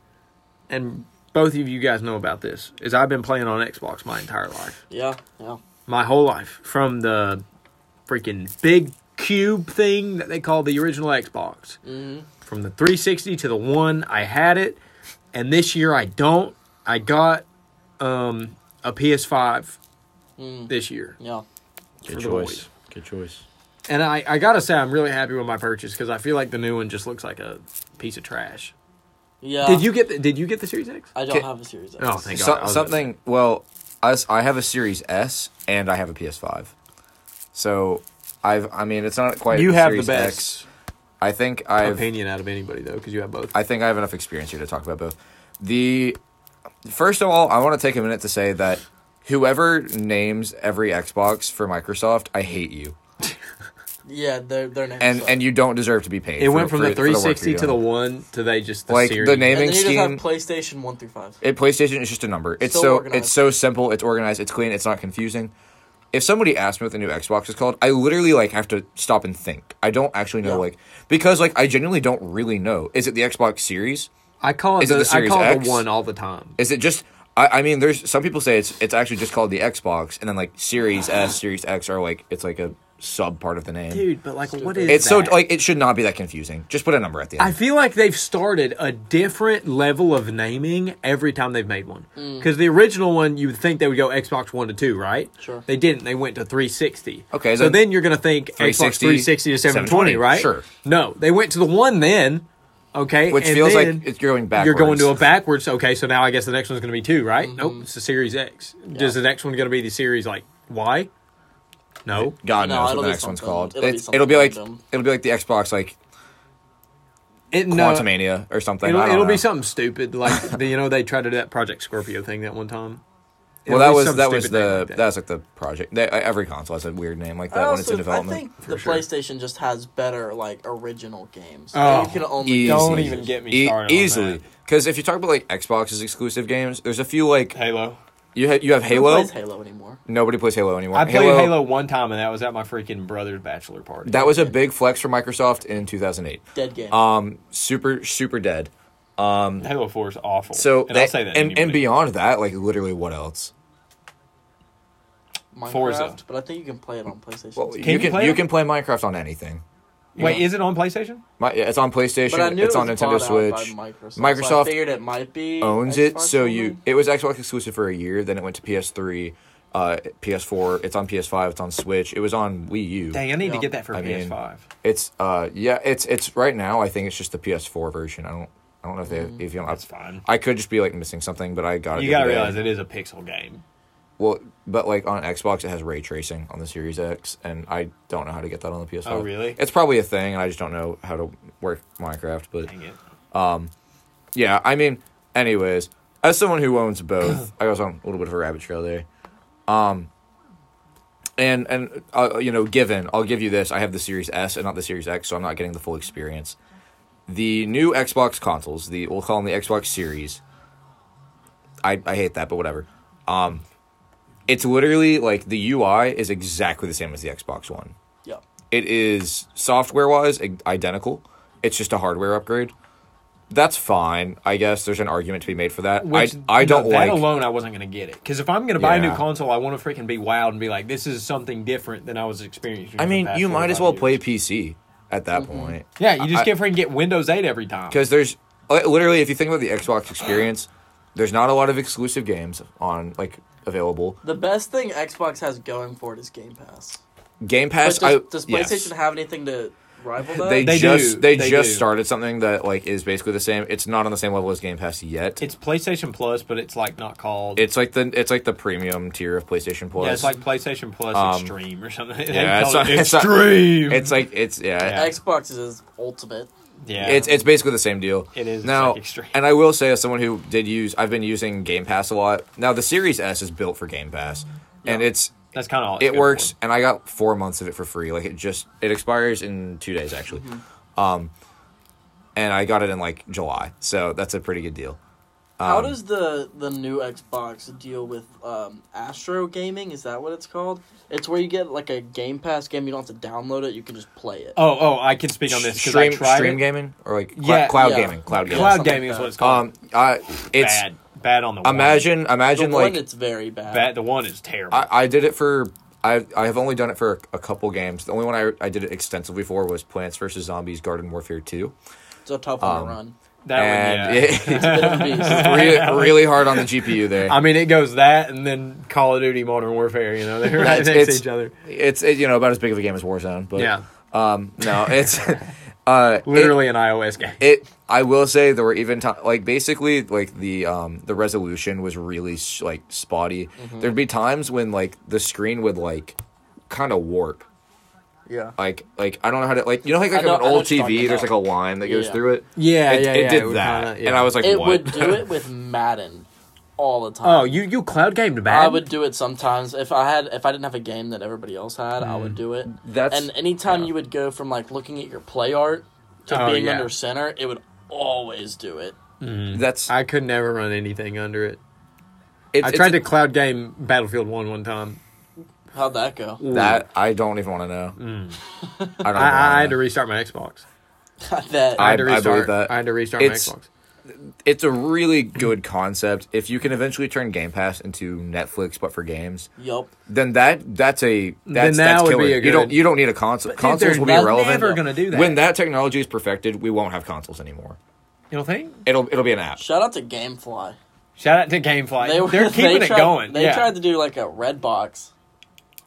Speaker 2: And both of you guys know about this. Is I've been playing on Xbox my entire life.
Speaker 4: Yeah, yeah.
Speaker 2: My whole life from the freaking big cube thing that they call the original Xbox.
Speaker 4: hmm
Speaker 2: From the 360 to the 1, I had it. And this year I don't. I got um a PS5
Speaker 4: Mm,
Speaker 2: this year.
Speaker 4: yeah.
Speaker 2: Good the choice. boys.
Speaker 3: Good choice.
Speaker 2: And I, I gotta say, I'm really happy with my purchase because I feel like the new one just looks like a piece of trash.
Speaker 4: Yeah.
Speaker 2: Did you get the, Did you get the Series X?
Speaker 4: I don't
Speaker 3: Can-
Speaker 4: have a series. X.
Speaker 2: Oh, thank God. I
Speaker 3: So,
Speaker 2: was
Speaker 3: something. Well, us. I have a Series S and I have a PS5. So I've. I mean, it's not quite.
Speaker 2: You
Speaker 3: a
Speaker 2: have the
Speaker 3: Series
Speaker 2: best
Speaker 3: X. I think I've.
Speaker 2: opinion out of anybody though because you have both.
Speaker 3: I think I have enough experience here to talk about both. The first of all, I want to take a minute to say that whoever names every Xbox for Microsoft, I hate you,
Speaker 4: Yeah, their their name.
Speaker 3: and
Speaker 4: sucks.
Speaker 3: and you don't deserve to be paid.
Speaker 2: it went from the
Speaker 3: for the work
Speaker 2: 360
Speaker 3: you're
Speaker 2: to the
Speaker 3: doing.
Speaker 2: one to they just the
Speaker 3: Like, the
Speaker 2: series.
Speaker 3: name-
Speaker 4: and then you
Speaker 3: gaming
Speaker 4: just have
Speaker 3: scheme-
Speaker 4: PlayStation one through five.
Speaker 3: It PlayStation is just a number. It's
Speaker 4: So
Speaker 3: so,
Speaker 4: organized.
Speaker 3: it's so simple. It's organized. It's clean. It's not confusing. If somebody asked me what the new Xbox is called, I literally like have to stop and think. I don't actually know
Speaker 4: Yeah.
Speaker 3: like because like I genuinely don't really know. Is it the Xbox Series?
Speaker 2: I call it,
Speaker 3: Is it
Speaker 2: the,
Speaker 3: the
Speaker 2: I
Speaker 3: Series
Speaker 2: call it
Speaker 3: X?
Speaker 2: the one all the time.
Speaker 3: Is it just? I, I mean, there's some people say it's it's actually just called the Xbox, and then like Series S,
Speaker 2: *sighs*
Speaker 3: Series X are like it's like a sub part of the name.
Speaker 2: Dude, but like, what is
Speaker 4: Stupid.
Speaker 3: it's so
Speaker 2: that?
Speaker 3: like it should not be that confusing. Just put a number at the
Speaker 2: I
Speaker 3: end.
Speaker 2: feel like they've started a different level of naming every time they've made one. Because the original one, you would think they would go Xbox One to Two, right?
Speaker 4: Sure.
Speaker 2: They didn't. They went to 360.
Speaker 3: Okay,
Speaker 2: So
Speaker 3: then-
Speaker 2: then you're going to think Xbox
Speaker 3: 360,
Speaker 2: 360 to 720,
Speaker 3: 720,
Speaker 2: right?
Speaker 3: sure.
Speaker 2: No, they went to the one then. Okay.
Speaker 3: Which
Speaker 2: and
Speaker 3: feels
Speaker 2: then
Speaker 3: like it's going back.
Speaker 2: You're going to a backwards. Okay, so now I guess the next one's going to be two, right? Nope, it's the Series X. Is the next one going to be the Series like Y? No.
Speaker 3: God
Speaker 4: No,
Speaker 3: knows what
Speaker 4: it'll
Speaker 3: the
Speaker 4: be
Speaker 3: next one's
Speaker 4: something-
Speaker 3: called.
Speaker 4: it'll be
Speaker 3: It's- It'll be,
Speaker 4: something
Speaker 3: like
Speaker 4: random.
Speaker 3: it'll be like the Xbox like
Speaker 2: It, no,
Speaker 3: Quantumania or something.
Speaker 2: It'll,
Speaker 3: I don't
Speaker 2: it'll
Speaker 3: know.
Speaker 2: be something stupid
Speaker 3: *laughs*
Speaker 2: like the, you know they tried to do that Project Scorpio thing that one time. It'll
Speaker 3: Well, that
Speaker 2: be
Speaker 3: was
Speaker 2: some
Speaker 3: that was
Speaker 2: stupid name
Speaker 3: the
Speaker 2: like
Speaker 3: that was like the project. They, e, every console has a weird name like
Speaker 4: I
Speaker 3: that when it's in
Speaker 4: also- I
Speaker 3: development.
Speaker 4: think the
Speaker 2: sure.
Speaker 4: PlayStation just has better like original games.
Speaker 2: Oh.
Speaker 4: you can only
Speaker 3: Easily.
Speaker 2: Don't even get me
Speaker 3: E-
Speaker 2: started on
Speaker 3: easily,
Speaker 2: that.
Speaker 3: because if you talk about like Xbox's exclusive games, there's a few like
Speaker 2: Halo.
Speaker 3: You ha- you have
Speaker 4: Who
Speaker 3: Halo.
Speaker 4: plays Halo anymore?
Speaker 3: Nobody plays Halo anymore.
Speaker 2: I played Halo. one time, and that was at my freaking brother's bachelor party.
Speaker 3: That was a big flex for Microsoft in 2008.
Speaker 4: Dead game.
Speaker 3: Um, super super dead.
Speaker 2: Halo Four is awful.
Speaker 3: So
Speaker 2: and
Speaker 3: that-
Speaker 2: I'll say that. to
Speaker 3: and, and
Speaker 2: anybody.
Speaker 3: beyond that, like literally, what else?
Speaker 4: Minecraft,
Speaker 2: Forza.
Speaker 4: but I think you can play it on PlayStation.
Speaker 3: Well,
Speaker 4: too.
Speaker 2: Can
Speaker 3: you
Speaker 2: you
Speaker 3: can
Speaker 2: play
Speaker 3: you
Speaker 2: it?
Speaker 3: can play Minecraft on anything.
Speaker 2: wait, is it on PlayStation?
Speaker 3: My, yeah, it's on PlayStation.
Speaker 4: but I knew
Speaker 3: it's
Speaker 4: it
Speaker 3: on
Speaker 4: was
Speaker 3: Nintendo
Speaker 4: bought out
Speaker 3: Switch.
Speaker 4: by Microsoft. so I
Speaker 3: Microsoft
Speaker 4: figured it might be
Speaker 3: owns it,
Speaker 4: Xbox
Speaker 3: so
Speaker 4: only.
Speaker 3: you it was Xbox exclusive for a year. Then it went to PS3, uh, PS4. It's on PS5. It's on Switch. It was on Wii U.
Speaker 2: Dang, I need to
Speaker 4: Yeah.
Speaker 2: get that for
Speaker 3: I mean-
Speaker 2: PS Five.
Speaker 3: It's uh yeah, it's it's right now. I think it's just the PS4 version. I don't I don't know if they if you
Speaker 2: Mm, That's fine.
Speaker 3: I could just be like missing something, but I got it.
Speaker 2: You
Speaker 3: the
Speaker 2: gotta
Speaker 3: other day.
Speaker 2: realize it is a pixel game.
Speaker 3: Well, but like on Xbox, it has ray tracing on the Series X, and I don't know how to get that on the PS5.
Speaker 2: Oh, really?
Speaker 3: It's probably a thing, and I just don't know how to work Minecraft. But
Speaker 2: Dang it.
Speaker 3: yeah, I mean, anyways, as someone who owns both, I was on a little bit of a rabbit trail there. Um, and and uh, you know, given I'll give you this, I have the Series S and not the Series X, so I'm not getting the full experience. The new Xbox consoles, the we'll call them the Xbox Series. I I hate that, but whatever. Um, it's literally like the UI is exactly the same as the Xbox One.
Speaker 4: Yeah.
Speaker 3: It is software wise identical. It's just a hardware upgrade. That's fine, I guess. There's an argument to be made for that.
Speaker 2: Which
Speaker 3: I I
Speaker 2: no,
Speaker 3: don't
Speaker 2: that
Speaker 3: like.
Speaker 2: alone. I wasn't gonna get it because if I'm gonna buy a new
Speaker 3: Yeah.
Speaker 2: console, I want to freaking be wowed and be like, this is something different than I was experiencing.
Speaker 3: I
Speaker 2: for the
Speaker 3: mean,
Speaker 2: past
Speaker 3: you might as
Speaker 2: 45
Speaker 3: well
Speaker 2: years.
Speaker 3: play PC at that point.
Speaker 2: Mm-hmm. Yeah, you just
Speaker 3: I-
Speaker 2: can't freaking get Windows 8 every time.
Speaker 3: because there's li- literally if you think about the Xbox experience, there's not a lot of exclusive games on like available.
Speaker 4: The best thing Xbox has going for it is Game Pass.
Speaker 3: Game
Speaker 4: But
Speaker 3: Pass.
Speaker 4: does,
Speaker 3: I,
Speaker 4: does
Speaker 3: yes.
Speaker 4: PlayStation have anything to rival that?
Speaker 3: They,
Speaker 2: They
Speaker 3: just
Speaker 2: do,
Speaker 3: they,
Speaker 2: they
Speaker 3: just
Speaker 2: do.
Speaker 3: started something that like is basically the same. It's not on the same level as Game Pass yet.
Speaker 2: It's PlayStation Plus, but it's like not called.
Speaker 3: It's like the it's like the premium tier of PlayStation Plus.
Speaker 2: yeah, it's like PlayStation Plus
Speaker 3: Um,
Speaker 2: Extreme or something. *laughs*
Speaker 3: yeah,
Speaker 2: Yeah,
Speaker 3: it's not- it's not-
Speaker 2: Extreme.
Speaker 3: It's like it's yeah.
Speaker 2: Yeah.
Speaker 4: Xbox is his ultimate.
Speaker 2: yeah,
Speaker 3: It's it's basically the same deal.
Speaker 2: It is, it's
Speaker 3: now,
Speaker 2: like extreme.
Speaker 3: and I will say as someone who did use, I've been using Game Pass a lot. Now the Series S is built for Game Pass, and it's
Speaker 2: that's kind of all. it's
Speaker 3: it
Speaker 2: good for.
Speaker 3: works. And I got four months of it for free. Like it just it expires in two days actually, um,
Speaker 2: Mm-hmm.
Speaker 3: and I got it in like July, so that's a pretty good deal. Um,
Speaker 4: How does the the new Xbox deal with um, Astro Gaming? Is that what it's called? It's where you get like a Game Pass game. You don't have to download it. You can just play it.
Speaker 2: Oh, oh, I can speak on this because I
Speaker 3: Stream
Speaker 2: tried
Speaker 3: stream
Speaker 2: it.
Speaker 3: gaming or like cl-
Speaker 2: Yeah,
Speaker 3: cloud
Speaker 4: yeah.
Speaker 3: gaming, cloud gaming.
Speaker 2: Cloud
Speaker 4: something
Speaker 2: gaming
Speaker 4: like
Speaker 2: is
Speaker 4: that.
Speaker 2: what it's called.
Speaker 3: Um, I it's
Speaker 2: bad, bad on the one.
Speaker 3: imagine
Speaker 4: the
Speaker 3: imagine
Speaker 4: one
Speaker 3: like
Speaker 4: it's very bad.
Speaker 2: bad. The one is terrible.
Speaker 3: I, I did it for I I have only done it for a, a couple games. The only one I I did it extensively for was Plants vs Zombies Garden Warfare Two,
Speaker 4: It's a tough
Speaker 3: um,
Speaker 4: one to run.
Speaker 2: that one,
Speaker 3: and *laughs*
Speaker 2: yeah.
Speaker 3: it,
Speaker 4: Bit of
Speaker 3: *laughs*
Speaker 4: a beast.
Speaker 2: *laughs*
Speaker 3: really really hard on the GPU there.
Speaker 2: I mean, it goes that and then Call of Duty Modern Warfare. You know, they're right
Speaker 3: It's-
Speaker 2: next to
Speaker 3: it's-
Speaker 2: each other.
Speaker 3: It's it, you know about as big of a game as Warzone, but
Speaker 2: Yeah.
Speaker 3: um,
Speaker 2: *laughs*
Speaker 3: no, it's uh,
Speaker 2: Literally an iOS game.
Speaker 3: It, it I will say there were even times like basically like the um the resolution was really sh- like spotty.
Speaker 2: Mm-hmm.
Speaker 3: There'd be times when like the screen would like kind of warp
Speaker 4: Yeah.
Speaker 3: like like I don't know how to like you know like, like
Speaker 4: I know-
Speaker 3: on an
Speaker 4: I know
Speaker 3: old
Speaker 4: what you're talking
Speaker 3: TV there's like
Speaker 4: about.
Speaker 3: a line that goes
Speaker 4: Yeah.
Speaker 3: through it.
Speaker 2: Yeah,
Speaker 3: it,
Speaker 2: yeah,
Speaker 3: it
Speaker 2: yeah,
Speaker 3: did
Speaker 2: it would
Speaker 3: that,
Speaker 2: kinda- yeah.
Speaker 3: and I was like,
Speaker 4: It
Speaker 3: what?
Speaker 4: would do it with Madden all the time.
Speaker 2: Oh, you you cloud gamed bad.
Speaker 4: I would do it sometimes if I had if I didn't have a game that everybody else had. I would do it.
Speaker 3: Mm, That's-
Speaker 4: and anytime
Speaker 3: yeah.
Speaker 4: you would go from like looking at your play art to
Speaker 2: Oh,
Speaker 4: being
Speaker 2: yeah.
Speaker 4: under center, it would always do it.
Speaker 3: Mm-hmm. That's
Speaker 2: I could never run anything under it.
Speaker 3: it's,
Speaker 2: I
Speaker 3: it's
Speaker 2: tried to
Speaker 3: a-
Speaker 2: cloud game Battlefield One one time.
Speaker 4: How'd that go?
Speaker 3: that I don't even want to know. I don't.
Speaker 2: Mm. I, I, I had to
Speaker 3: even wanna know.
Speaker 2: restart my Xbox.
Speaker 4: *laughs* that
Speaker 2: I had to
Speaker 3: Oh, I- I believe
Speaker 2: restart. I,
Speaker 3: that.
Speaker 2: had to restart
Speaker 3: It's-
Speaker 2: my Xbox.
Speaker 3: It's a really good concept. If you can eventually turn Game Pass into Netflix, but for games,
Speaker 4: yup.
Speaker 3: then that that's a that's,
Speaker 2: that
Speaker 3: that's
Speaker 2: would
Speaker 3: killer.
Speaker 2: be a
Speaker 3: you don't
Speaker 2: good-
Speaker 3: you don't need a console.
Speaker 2: dude,
Speaker 3: Consoles
Speaker 2: they're
Speaker 3: will be
Speaker 2: not-
Speaker 3: irrelevant.
Speaker 2: never gonna do that.
Speaker 3: When that technology is perfected, we won't have consoles anymore.
Speaker 2: You don't think?
Speaker 3: It'll it'll be an app.
Speaker 4: Shout out to GameFly.
Speaker 2: Shout out to GameFly. *laughs* They are keeping
Speaker 4: *laughs* they
Speaker 2: it
Speaker 4: tried-
Speaker 2: going.
Speaker 4: They
Speaker 2: yeah.
Speaker 4: tried to do like a red box.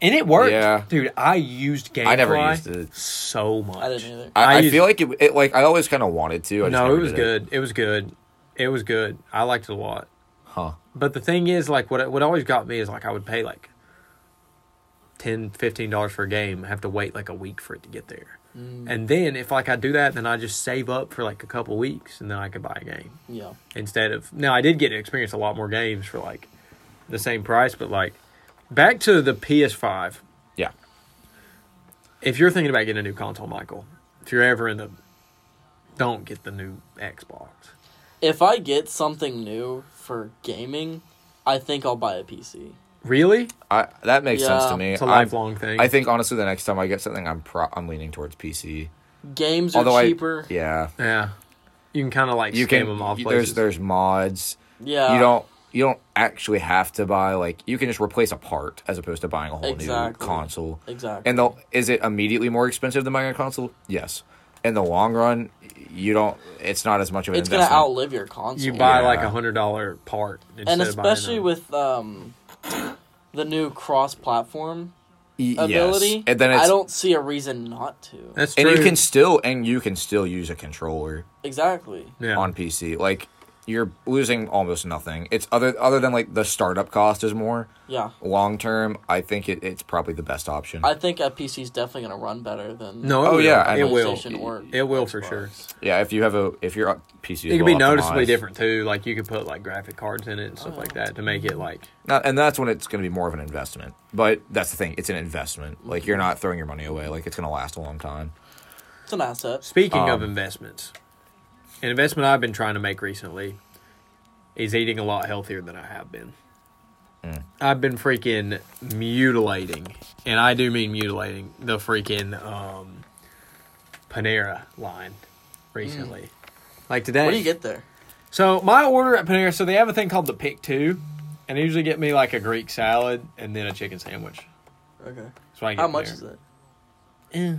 Speaker 2: and it worked.
Speaker 3: Yeah.
Speaker 2: Dude, I used GameFly.
Speaker 3: I never used it.
Speaker 2: so much.
Speaker 4: I didn't either.
Speaker 3: I, I,
Speaker 2: used-
Speaker 3: feel like it, it like I always kind of wanted to. I just
Speaker 2: No,
Speaker 3: never
Speaker 2: it was
Speaker 3: did
Speaker 2: good. It. was good. It was good. I liked it a lot.
Speaker 3: Huh.
Speaker 2: But the thing is, like, what what always got me is like I would pay like 10 dollars for a game, have to wait like a week for it to get there, and then if like I do that, then I just save up for like a couple weeks, and then I could buy a game
Speaker 4: Yeah.
Speaker 2: instead of now I did get to experience a lot more games for like the same price, but like back to the PS5.
Speaker 3: Yeah.
Speaker 2: If you're thinking about getting a new console, Michael, if you're ever in the don't get the new Xbox.
Speaker 4: If I get something new for gaming, I think I'll buy a PC.
Speaker 2: Really?
Speaker 3: I, that makes sense
Speaker 4: Yeah.
Speaker 3: to me.
Speaker 2: It's a
Speaker 3: I'm-
Speaker 2: lifelong thing.
Speaker 3: I think honestly, the next time I get something, I'm pro- I'm leaning towards PC.
Speaker 4: Games
Speaker 3: Although
Speaker 4: are
Speaker 3: I
Speaker 4: cheaper. yeah.
Speaker 3: yeah,
Speaker 2: Yeah. You can kind of like
Speaker 3: you
Speaker 2: skim
Speaker 3: can.
Speaker 2: them off
Speaker 3: you-
Speaker 2: places.
Speaker 3: there's there's mods. you don't you don't actually have to buy like you can just replace a part as opposed to buying a whole new
Speaker 4: Exactly.
Speaker 3: console.
Speaker 4: exactly.
Speaker 3: And the is it immediately more expensive than buying a console? Yes. In the long run, you don't. It's not as much of an
Speaker 4: it's gonna
Speaker 3: investment.
Speaker 4: outlive your console.
Speaker 2: you buy
Speaker 3: Yeah.
Speaker 2: like a hundred dollar part, instead
Speaker 4: and
Speaker 2: of buying
Speaker 4: especially
Speaker 2: a-
Speaker 4: with um, the new cross-platform
Speaker 3: Y- yes.
Speaker 4: ability,
Speaker 3: And then it's,
Speaker 4: I don't see a reason not to.
Speaker 2: that's
Speaker 3: and
Speaker 2: true.
Speaker 3: you can still and you can still use a controller
Speaker 4: exactly.
Speaker 2: yeah.
Speaker 3: on PC. Like you're losing almost nothing. It's other other than like the startup cost is more.
Speaker 4: Yeah,
Speaker 3: Long term, I think it, it's probably the best option.
Speaker 4: I think a PC is definitely gonna run better than
Speaker 2: no. It
Speaker 3: Oh,
Speaker 2: will.
Speaker 3: yeah, I
Speaker 2: it
Speaker 3: mean-
Speaker 2: will.
Speaker 4: PlayStation or
Speaker 2: It will for
Speaker 4: Xbox.
Speaker 2: sure.
Speaker 3: yeah, if you have a if your PC, is
Speaker 2: It could
Speaker 3: well
Speaker 2: be noticeably
Speaker 3: optimized.
Speaker 2: different too. Like you could put like graphic cards in it and
Speaker 4: Oh,
Speaker 2: stuff like that to make it like
Speaker 3: Now- and that's when it's going to be more of an investment. But that's the thing; it's an investment. Like you're not throwing your money away. Like it's going to last a long time.
Speaker 4: It's an asset.
Speaker 2: Speaking of
Speaker 3: Um,
Speaker 2: investments, an investment I've been trying to make recently is eating a lot healthier than I have been.
Speaker 3: Mm.
Speaker 2: I've been freaking mutilating, and I do mean mutilating the freaking um, Panera line recently. Like today,
Speaker 4: Mm. What do you get there?
Speaker 2: so my order at Panera, so they have a thing called the pick two, and they usually get me like a Greek salad and then a chicken sandwich.
Speaker 4: Okay.
Speaker 2: So I get
Speaker 4: How much
Speaker 2: there.
Speaker 4: is it? Eh.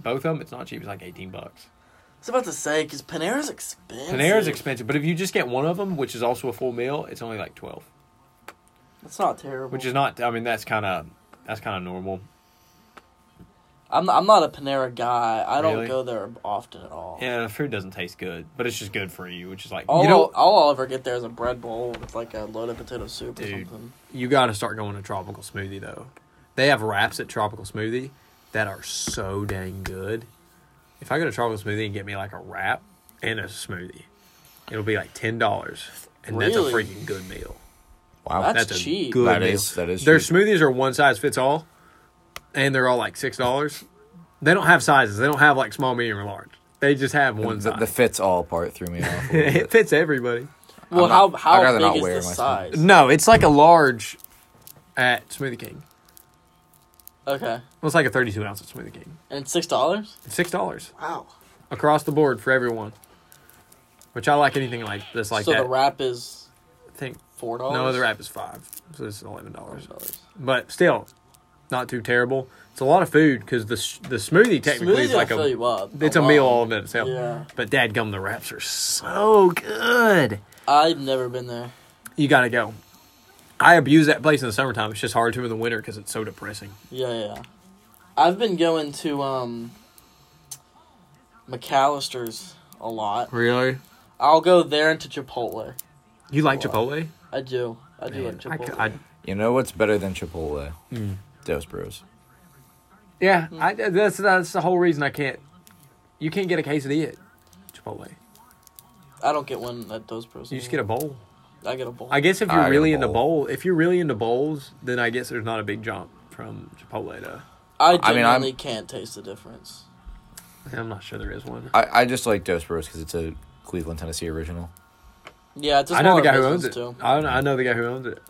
Speaker 2: Both of them, it's not cheap. It's like eighteen bucks.
Speaker 4: I was about to say because Panera's expensive.
Speaker 2: Panera's expensive, but if you just get one of them, which is also a full meal, it's only like twelve,
Speaker 4: That's not terrible.
Speaker 2: which is not. I mean, that's kind of that's kind of normal.
Speaker 4: I'm not, I'm not a Panera guy. I don't
Speaker 2: Really?
Speaker 4: go there often at all.
Speaker 2: Yeah, the food doesn't taste good, but it's just good for you, which is like
Speaker 4: All,
Speaker 2: you know.
Speaker 4: all I'll ever get there is a bread bowl with like a loaded potato soup or
Speaker 2: Dude.
Speaker 4: something.
Speaker 2: You got to start going to Tropical Smoothie though. They have wraps at Tropical Smoothie that are so dang good. If I go to Tropical Smoothie and get me like a wrap and a smoothie, it'll be like ten dollars, and that's a
Speaker 4: Really?
Speaker 2: freaking good meal.
Speaker 3: Wow,
Speaker 4: That's-
Speaker 2: That's a
Speaker 4: cheap.
Speaker 2: good
Speaker 3: That
Speaker 2: meal.
Speaker 3: is- that is
Speaker 2: Their
Speaker 3: cheap.
Speaker 2: smoothies are one size fits all, and they're all like six dollars. They don't have sizes. They don't have like small, medium, or large. They just have one
Speaker 3: the,
Speaker 2: size.
Speaker 3: the fits all part threw me off. a little
Speaker 2: it *laughs*
Speaker 3: bit.
Speaker 2: fits everybody.
Speaker 4: Well,
Speaker 3: I'm not- I'd
Speaker 4: how
Speaker 3: rather
Speaker 4: how
Speaker 3: not
Speaker 4: big is
Speaker 3: wear
Speaker 4: the
Speaker 3: my
Speaker 4: size?
Speaker 2: No, it's like a large at Smoothie King.
Speaker 4: Okay,
Speaker 2: Well, it's like a thirty-two ounce at Smoothie King.
Speaker 4: and it's six dollars.
Speaker 2: It's six dollars
Speaker 4: Wow.
Speaker 2: across the board for everyone. Which I like anything like this like
Speaker 4: so
Speaker 2: that.
Speaker 4: the wrap is
Speaker 2: I think
Speaker 4: four dollars.
Speaker 2: no, the wrap is five, so it's eleven dollars.
Speaker 4: dollars.
Speaker 2: But still, not too terrible. It's a lot of food because the s- the smoothie technically
Speaker 4: Smoothies
Speaker 2: is like
Speaker 4: fill
Speaker 2: a
Speaker 4: you up.
Speaker 2: It's a
Speaker 4: lot.
Speaker 2: meal all in itself.
Speaker 4: Yeah.
Speaker 2: But dadgum, the wraps are so good.
Speaker 4: I've never been there.
Speaker 2: You gotta go. I abuse that place in the summertime. It's just hard to in the winter because it's so depressing.
Speaker 4: Yeah, yeah, yeah. I've been going to um McAllister's a lot.
Speaker 5: Really?
Speaker 4: I'll go there and to Chipotle.
Speaker 2: You like Chipotle?
Speaker 4: I do. I do like
Speaker 2: I c-
Speaker 4: Chipotle.
Speaker 2: I-
Speaker 3: you know what's better than Chipotle?
Speaker 2: Mm.
Speaker 3: Dos Bros.
Speaker 2: yeah,
Speaker 4: Mm-hmm.
Speaker 2: I, that's that's the whole reason I can't. You can't get a quesadilla at Chipotle.
Speaker 4: I don't get one at those pros.
Speaker 2: You just get a bowl.
Speaker 4: I get a bowl.
Speaker 2: I guess if you're
Speaker 3: I get a
Speaker 2: really into bowl,
Speaker 3: bowl.
Speaker 2: if you're really into bowls, then I guess there's not a big jump from Chipotle to.
Speaker 4: I
Speaker 3: I mean, I'm-
Speaker 4: genuinely can't taste the difference.
Speaker 2: I'm not sure there is one.
Speaker 3: I, I just like Dos Bros because it's a Cleveland, Tennessee original.
Speaker 4: Yeah, it's a
Speaker 2: I know the
Speaker 4: smaller
Speaker 2: guy who owns it.
Speaker 4: business, too.
Speaker 2: I, I know the guy who owns it.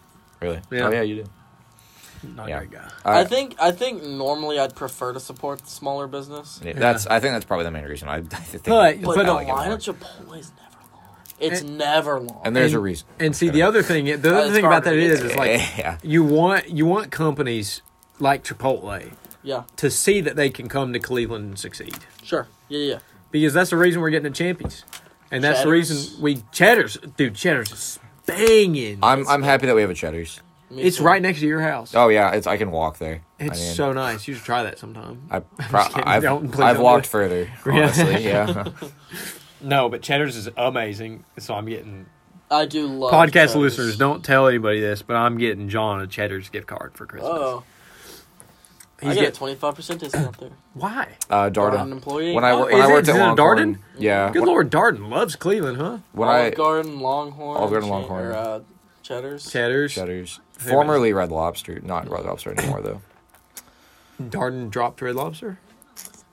Speaker 3: Really?
Speaker 2: Yeah.
Speaker 3: Oh yeah, you do.
Speaker 2: Not
Speaker 3: Yeah.
Speaker 2: a great guy.
Speaker 4: I think I think normally I'd prefer to support the smaller business,
Speaker 3: Yeah, that's. I think that's probably the main reason. I, *laughs* I think.
Speaker 2: But-
Speaker 3: I
Speaker 4: but
Speaker 2: But
Speaker 4: the
Speaker 2: I
Speaker 3: like it
Speaker 4: line
Speaker 3: more.
Speaker 4: at Chipotle is never long. It's never long.
Speaker 3: and there's
Speaker 2: And-
Speaker 3: a reason.
Speaker 2: And see, the other thing, the
Speaker 4: Uh,
Speaker 2: other
Speaker 4: it's
Speaker 2: thing about that
Speaker 4: harder to
Speaker 2: is,
Speaker 4: get
Speaker 2: is
Speaker 4: to.
Speaker 2: like
Speaker 3: *laughs* yeah.
Speaker 2: you want you want companies like Chipotle
Speaker 4: yeah,
Speaker 2: to see that they can come to Cleveland and succeed
Speaker 4: sure, yeah, yeah.
Speaker 2: because that's the reason we're getting the champions, and that's the
Speaker 4: Cheddar's.
Speaker 2: reason we Cheddar's, dude, Cheddar's is banging.
Speaker 3: I'm I'm happy that we have a Cheddar's.
Speaker 4: Me
Speaker 2: it's
Speaker 4: too.
Speaker 2: right next to your house.
Speaker 3: Oh yeah, it's I can walk there.
Speaker 2: It's
Speaker 3: I mean,
Speaker 2: so nice. You should try that sometime. *laughs*
Speaker 3: I pro-
Speaker 2: kidding.
Speaker 3: I've,
Speaker 2: Don't- please
Speaker 3: I've
Speaker 2: don't
Speaker 3: walked
Speaker 2: do it.
Speaker 3: further.
Speaker 2: *laughs* Yeah. *laughs*
Speaker 3: Honestly, yeah.
Speaker 2: no, but Cheddar's is amazing. So I'm getting
Speaker 4: I do love
Speaker 2: Oh, podcast
Speaker 4: Cheddar's.
Speaker 2: listeners. Don't tell anybody this, but I'm getting John a Cheddar's gift card for Christmas.
Speaker 4: Oh,
Speaker 2: He's
Speaker 4: I get a
Speaker 2: get-
Speaker 4: twenty five percent discount there.
Speaker 2: why?
Speaker 3: Uh,
Speaker 4: Darden employee?
Speaker 3: Darden. When I,
Speaker 4: Oh,
Speaker 3: wor- when
Speaker 2: is
Speaker 3: I
Speaker 2: it-
Speaker 3: worked
Speaker 2: is
Speaker 3: at
Speaker 2: it a
Speaker 3: Longhorn.
Speaker 2: Darden?
Speaker 3: Yeah.
Speaker 2: Good
Speaker 3: when-
Speaker 2: Lord, Darden loves Cleveland, huh?
Speaker 3: When
Speaker 4: Olive
Speaker 3: I
Speaker 4: Garden, Longhorn,
Speaker 3: Olive Garden,
Speaker 4: Che-
Speaker 3: Longhorn.
Speaker 4: or, uh, Cheddar's.
Speaker 2: Cheddar's.
Speaker 3: Cheddar's, formerly Red Lobster, not Red
Speaker 2: *laughs*
Speaker 3: Lobster anymore though.
Speaker 2: Darden dropped Red Lobster.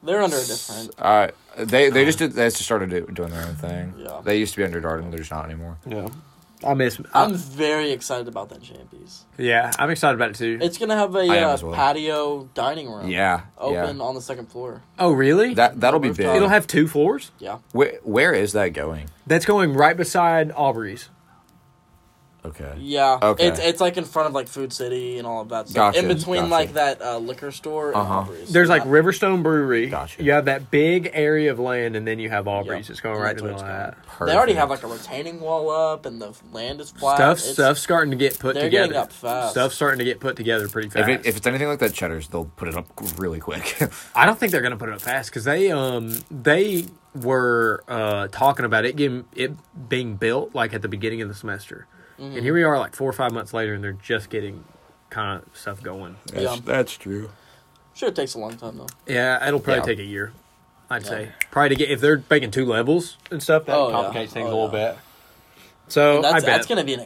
Speaker 4: They're under a different.
Speaker 3: Uh, they they just did, they just started do- doing their own thing.
Speaker 4: Yeah.
Speaker 3: They used to be under Darden, they're just not anymore.
Speaker 2: Yeah. I miss.
Speaker 4: I'm
Speaker 3: Uh,
Speaker 2: I,
Speaker 4: very excited about that champions.
Speaker 2: yeah, I'm excited about it too.
Speaker 4: It's gonna have a
Speaker 3: I am
Speaker 4: uh,
Speaker 3: as well.
Speaker 4: patio dining room.
Speaker 3: Yeah,
Speaker 4: Open
Speaker 3: yeah.
Speaker 4: on the second floor.
Speaker 2: oh, really?
Speaker 3: That uh, that'll be big.
Speaker 4: Rooftop.
Speaker 2: It'll have two floors.
Speaker 4: Yeah.
Speaker 3: where, where is that going?
Speaker 2: That's going right beside Aubrey's.
Speaker 3: Okay.
Speaker 4: Yeah.
Speaker 3: Okay.
Speaker 4: It's it's like in front of like Food City and all of that stuff.
Speaker 3: Gotcha,
Speaker 4: in between
Speaker 3: gotcha.
Speaker 4: like that uh, liquor store and
Speaker 3: Uh-huh.
Speaker 4: Aubrey's.
Speaker 2: There's like
Speaker 4: Yeah.
Speaker 2: Riverstone Brewery.
Speaker 3: Gotcha.
Speaker 2: You have that big area of land, and then you have Aubrey's.
Speaker 4: Yep.
Speaker 2: It's going
Speaker 4: And
Speaker 2: right in
Speaker 4: that's
Speaker 2: the middle
Speaker 4: what
Speaker 2: of
Speaker 4: it's
Speaker 2: that.
Speaker 4: They already have like a retaining wall up and the land is flat.
Speaker 2: Stuff,
Speaker 4: It's-
Speaker 2: stuff's starting to get put
Speaker 4: they're
Speaker 2: together.
Speaker 4: getting up fast.
Speaker 2: Stuff's starting to get put together pretty fast.
Speaker 3: If, it, if it's anything like that Cheddar's, they'll put it up really quick. *laughs*
Speaker 2: I don't think they're gonna put it up fast because they um they were uh talking about it getting it being built like at the beginning of the semester, and here we are like four or five months later, and they're just getting kind of stuff going.
Speaker 4: Yeah.
Speaker 3: that's true.
Speaker 4: Sure, it takes a long time though.
Speaker 2: Yeah, it'll probably
Speaker 3: Yeah.
Speaker 2: take a year, I'd
Speaker 4: Yeah.
Speaker 2: say. Probably to get if they're making two levels and stuff, that
Speaker 4: Oh, yeah.
Speaker 2: complicates things
Speaker 4: Oh,
Speaker 2: a little
Speaker 4: yeah.
Speaker 2: bit. So
Speaker 4: That's,
Speaker 2: Oh, I bet
Speaker 4: that's going to be an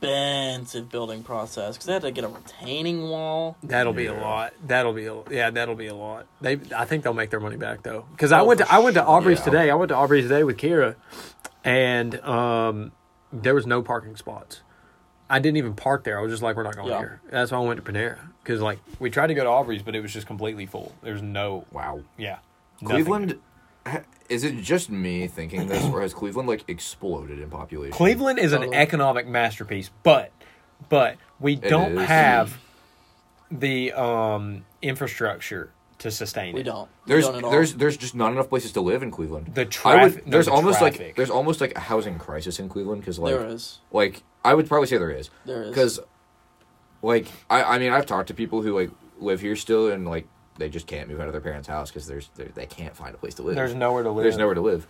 Speaker 4: expensive building process because they had to get a retaining wall.
Speaker 2: That'll be a lot. That'll be a, yeah. That'll be a lot. They, I think they'll make their money back though. Because I
Speaker 4: Oh,
Speaker 2: went
Speaker 4: for
Speaker 2: to I went to Aubrey's
Speaker 3: Yeah.
Speaker 2: today. I went to Aubrey's today with Kira, and um, there was no parking spots. I didn't even park there. I was just like, we're not going
Speaker 4: Yeah.
Speaker 2: here. That's why I went to Panera because like we tried to go to Aubrey's, but it was just completely full. There's no
Speaker 3: Wow.
Speaker 2: yeah. nothing.
Speaker 3: Cleveland. Is it just me thinking this, or has Cleveland like exploded in population?
Speaker 2: Cleveland is an
Speaker 4: Totally.
Speaker 2: economic masterpiece, but but we don't
Speaker 3: is.
Speaker 2: have the um infrastructure to sustain
Speaker 4: We
Speaker 2: it.
Speaker 4: don't. We
Speaker 3: There's
Speaker 4: don't at all.
Speaker 3: there's there's just not enough places to live in Cleveland.
Speaker 2: The
Speaker 3: I would-
Speaker 2: traffic- no,
Speaker 3: there's
Speaker 2: the
Speaker 3: almost
Speaker 2: traffic.
Speaker 3: like there's almost like a housing crisis in Cleveland because like
Speaker 4: There is.
Speaker 3: like I would probably say there is.
Speaker 4: There is.
Speaker 3: because like I I mean I've talked to people who like live here still and like they just can't move out of their parents' house because there's they they can't find a place to live.
Speaker 2: There's nowhere to live.
Speaker 3: There's nowhere to live.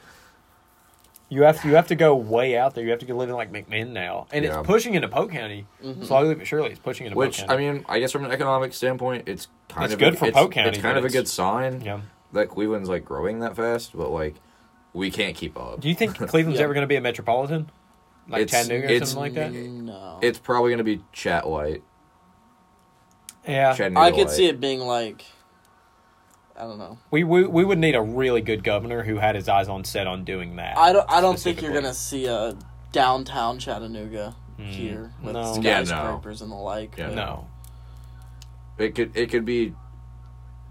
Speaker 2: You have you have to go way out there. You have to go live in like McMinn now, and
Speaker 3: Yeah. Mm-hmm.
Speaker 2: it's pushing into Polk County slowly but surely. It's pushing into
Speaker 3: Which
Speaker 2: Polk
Speaker 3: I
Speaker 2: County.
Speaker 3: mean I guess from an economic standpoint it's kind
Speaker 2: It's
Speaker 3: of
Speaker 2: good
Speaker 3: a,
Speaker 2: for
Speaker 3: it's,
Speaker 2: Polk County,
Speaker 3: It's kind
Speaker 2: but
Speaker 3: of a
Speaker 2: it's-
Speaker 3: good sign
Speaker 2: yeah.
Speaker 3: that Cleveland's like growing that fast, but like we can't keep up.
Speaker 2: Do you
Speaker 3: *laughs*
Speaker 2: think Cleveland's
Speaker 4: Yeah.
Speaker 2: ever going to be a metropolitan, like
Speaker 3: It's-
Speaker 2: Chattanooga or
Speaker 3: it's-
Speaker 2: something like that?
Speaker 4: No.
Speaker 3: it's probably gonna be chat light.
Speaker 2: Yeah,
Speaker 3: Chattanooga
Speaker 4: I could
Speaker 3: light.
Speaker 4: see it being like, I don't know.
Speaker 2: we, we we would need a really good governor who had his eyes on set on doing that.
Speaker 4: I don't. I don't think you're
Speaker 2: Specifically.
Speaker 4: gonna see a downtown Chattanooga here with
Speaker 2: Mm. no.
Speaker 3: Yeah, no.
Speaker 4: skyscrapers and the like.
Speaker 3: Yeah,
Speaker 4: but-
Speaker 2: no.
Speaker 3: It could it could be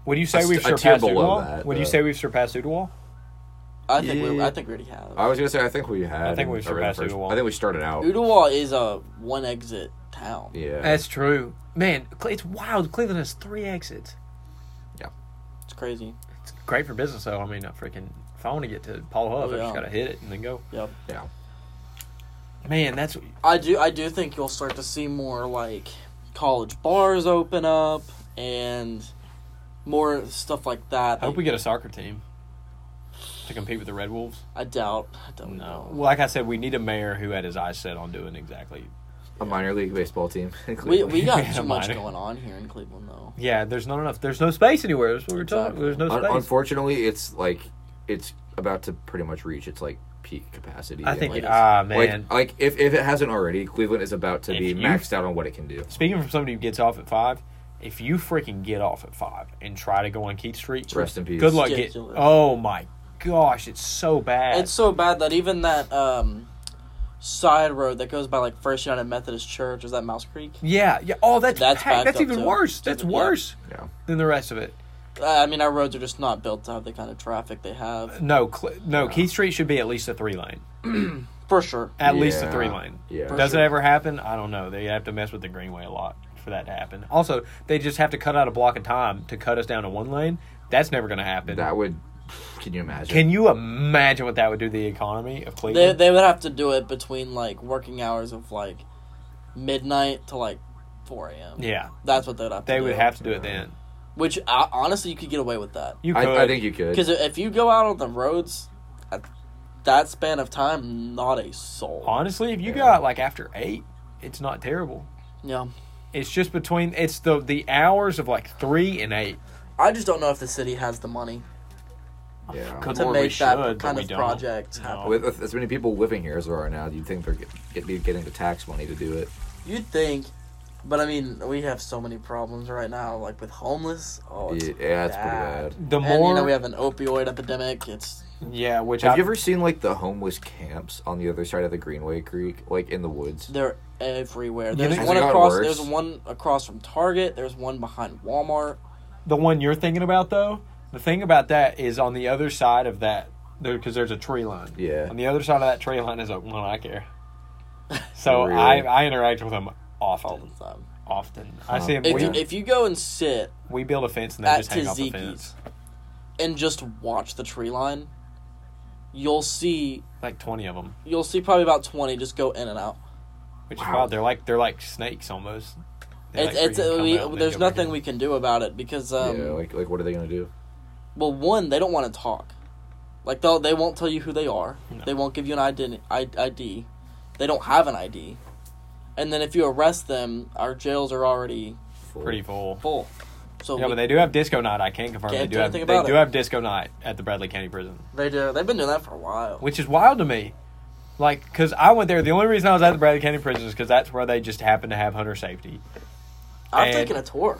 Speaker 2: Would you say
Speaker 3: A
Speaker 2: we've
Speaker 3: st- a tier
Speaker 2: surpassed
Speaker 3: below
Speaker 2: Udall?
Speaker 3: that,
Speaker 2: Would you
Speaker 3: though.
Speaker 2: say we've surpassed Udall?
Speaker 4: I think we.
Speaker 3: Yeah.
Speaker 4: I think we already have.
Speaker 3: I was gonna say I think we had
Speaker 2: I think we
Speaker 3: already the
Speaker 2: surpassed
Speaker 3: first-
Speaker 2: Udawal.
Speaker 3: I think we started out.
Speaker 4: Oodawah is a one exit town.
Speaker 3: Yeah.
Speaker 2: true, man. Cle- It's wild. Cleveland has three exits.
Speaker 4: It's crazy.
Speaker 2: It's great for business, though. I mean, I freaking if I want to get to Paul Huff,
Speaker 4: Oh,
Speaker 2: I
Speaker 4: yeah.
Speaker 2: just got to hit it and then go.
Speaker 4: Yep.
Speaker 3: yeah.
Speaker 2: Man, that's
Speaker 4: I do I do think you'll start to see more like college bars open up and more stuff like that.
Speaker 2: I hope we get a soccer team to compete with the Red Wolves.
Speaker 4: I doubt. I don't
Speaker 2: No.
Speaker 4: know.
Speaker 2: Well, like I said, we need a mayor who had his eyes set on doing exactly.
Speaker 3: A minor league baseball team. *laughs* in
Speaker 4: We
Speaker 3: Cleveland.
Speaker 4: we
Speaker 2: *laughs*
Speaker 4: got
Speaker 2: Yeah,
Speaker 4: too much
Speaker 2: minor.
Speaker 4: going on here in Cleveland though.
Speaker 2: Yeah, there's not enough. There's no space anywhere. That's what we're talking.
Speaker 4: Exactly.
Speaker 2: There's no
Speaker 3: Un-
Speaker 2: space.
Speaker 3: unfortunately, it's like it's about to pretty much reach its like peak capacity.
Speaker 2: I
Speaker 3: and,
Speaker 2: think.
Speaker 3: like,
Speaker 2: Ah,
Speaker 3: like,
Speaker 2: man.
Speaker 3: like if if it hasn't already, Cleveland is about to
Speaker 2: If
Speaker 3: be
Speaker 2: you-
Speaker 3: maxed out on what it can do.
Speaker 2: Speaking from somebody who gets off at five, if you freaking get off at five and try to go on Keith Street,
Speaker 3: Rest in peace.
Speaker 2: Good luck. Get,
Speaker 4: Ridiculous.
Speaker 2: oh my gosh, it's so bad.
Speaker 4: It's so bad that even that um side road that goes by like First United Methodist Church is that Mouse Creek.
Speaker 2: yeah, yeah. Oh, that's
Speaker 4: That's
Speaker 2: that's,
Speaker 4: backed
Speaker 2: that's
Speaker 4: up,
Speaker 2: even
Speaker 4: too.
Speaker 2: worse. That's
Speaker 4: Yeah.
Speaker 2: worse
Speaker 3: Yeah.
Speaker 2: than the rest of it.
Speaker 4: Uh, I mean our roads are just not built to have the kind of traffic they have
Speaker 2: No, Cle- no. Keith Street should be at least a three lane.
Speaker 4: for sure.
Speaker 2: At least a
Speaker 3: Yeah.
Speaker 2: three lane.
Speaker 3: Yeah. For
Speaker 2: Does
Speaker 4: sure.
Speaker 2: it ever happen? I don't know. They have to mess with the greenway a lot for that to happen. Also, they just have to cut out a block of time to cut us down to one lane. That's never going to happen.
Speaker 3: That would. Can you imagine?
Speaker 2: Can you imagine what that would do to the economy of
Speaker 4: They
Speaker 2: Cleveland?
Speaker 4: they would have to do it between like working hours of like midnight to like four a.m.
Speaker 2: yeah,
Speaker 4: That's what they'd have to
Speaker 2: they
Speaker 4: do.
Speaker 2: would have to do it then.
Speaker 4: Which uh, honestly, you could get away with that
Speaker 2: You could.
Speaker 3: I, I think you could.
Speaker 4: because if you go out on the roads at that span of time, not a soul.
Speaker 2: honestly, if you
Speaker 3: Yeah.
Speaker 2: got like after eight, it's not terrible.
Speaker 4: yeah,
Speaker 2: It's just between it's the the hours of like three and eight.
Speaker 4: I just don't know if the city has the money
Speaker 3: Yeah.
Speaker 2: Good
Speaker 4: to
Speaker 2: lord, we
Speaker 4: make that
Speaker 2: should, but
Speaker 4: kind
Speaker 2: we
Speaker 4: of
Speaker 2: don't.
Speaker 4: project happen.
Speaker 3: With, with as many people living here as there are now, do you think they're get, get, be getting the tax money to do it?
Speaker 4: You'd think, but I mean, we have so many problems right now, like with homeless. Oh, it's
Speaker 3: yeah, it's
Speaker 4: bad.
Speaker 3: pretty bad.
Speaker 2: The
Speaker 4: And
Speaker 2: more
Speaker 4: you know we have an opioid epidemic. It's
Speaker 6: Yeah, which
Speaker 3: Have
Speaker 6: I
Speaker 3: you ever seen like the homeless camps on the other side of the Greenway Creek, like in the woods?
Speaker 4: They're everywhere.
Speaker 6: You
Speaker 4: There's
Speaker 6: think-
Speaker 4: one
Speaker 3: Has it got
Speaker 4: across.
Speaker 3: worse?
Speaker 4: There's one across from Target. There's one behind Walmart.
Speaker 6: the one you're thinking about though. The thing about that is on the other side of that there because there's a tree line.
Speaker 3: Yeah.
Speaker 6: On the other side of that tree line is a one I
Speaker 3: *laughs*
Speaker 6: care. So
Speaker 3: Really?
Speaker 6: I I interact with them often.
Speaker 4: It's, um,
Speaker 6: Often I see them.
Speaker 4: If
Speaker 6: We,
Speaker 4: you, if you go and sit
Speaker 6: we build a fence and they
Speaker 4: at
Speaker 6: just hang off the
Speaker 4: Tzatziki's.
Speaker 6: fence.
Speaker 4: and just watch the tree line, you'll see
Speaker 6: Like twenty of them.
Speaker 4: you'll see probably about twenty just go in and out.
Speaker 6: Which is
Speaker 3: Wow.
Speaker 6: wild. They're like they're like snakes almost. They, like, freaking
Speaker 4: it's it's
Speaker 6: come
Speaker 4: we,
Speaker 6: out and then
Speaker 4: there's
Speaker 6: go back
Speaker 4: nothing
Speaker 6: in.
Speaker 4: we can do about it because um,
Speaker 3: yeah, like like what are they gonna do?
Speaker 4: well one they don't want to talk, like they they won't tell you who they are. They won't give you an ID, I- ID. They don't have an ID, and then if you arrest them, our jails are already
Speaker 3: Full.
Speaker 6: pretty full.
Speaker 4: full. So
Speaker 6: Yeah,
Speaker 4: we-
Speaker 6: but they do have disco night. I can confirm
Speaker 4: Can't
Speaker 6: they do
Speaker 4: do
Speaker 6: have they
Speaker 4: anything about
Speaker 6: do
Speaker 4: it.
Speaker 6: have disco night at the Bradley County Prison.
Speaker 4: they do they've been doing that for a while.
Speaker 6: which is wild to me. Like, because I went there. The only reason I was at the Bradley County Prison is because that's where they just happen to have hunter safety.
Speaker 4: I've
Speaker 6: and-
Speaker 4: taken a tour.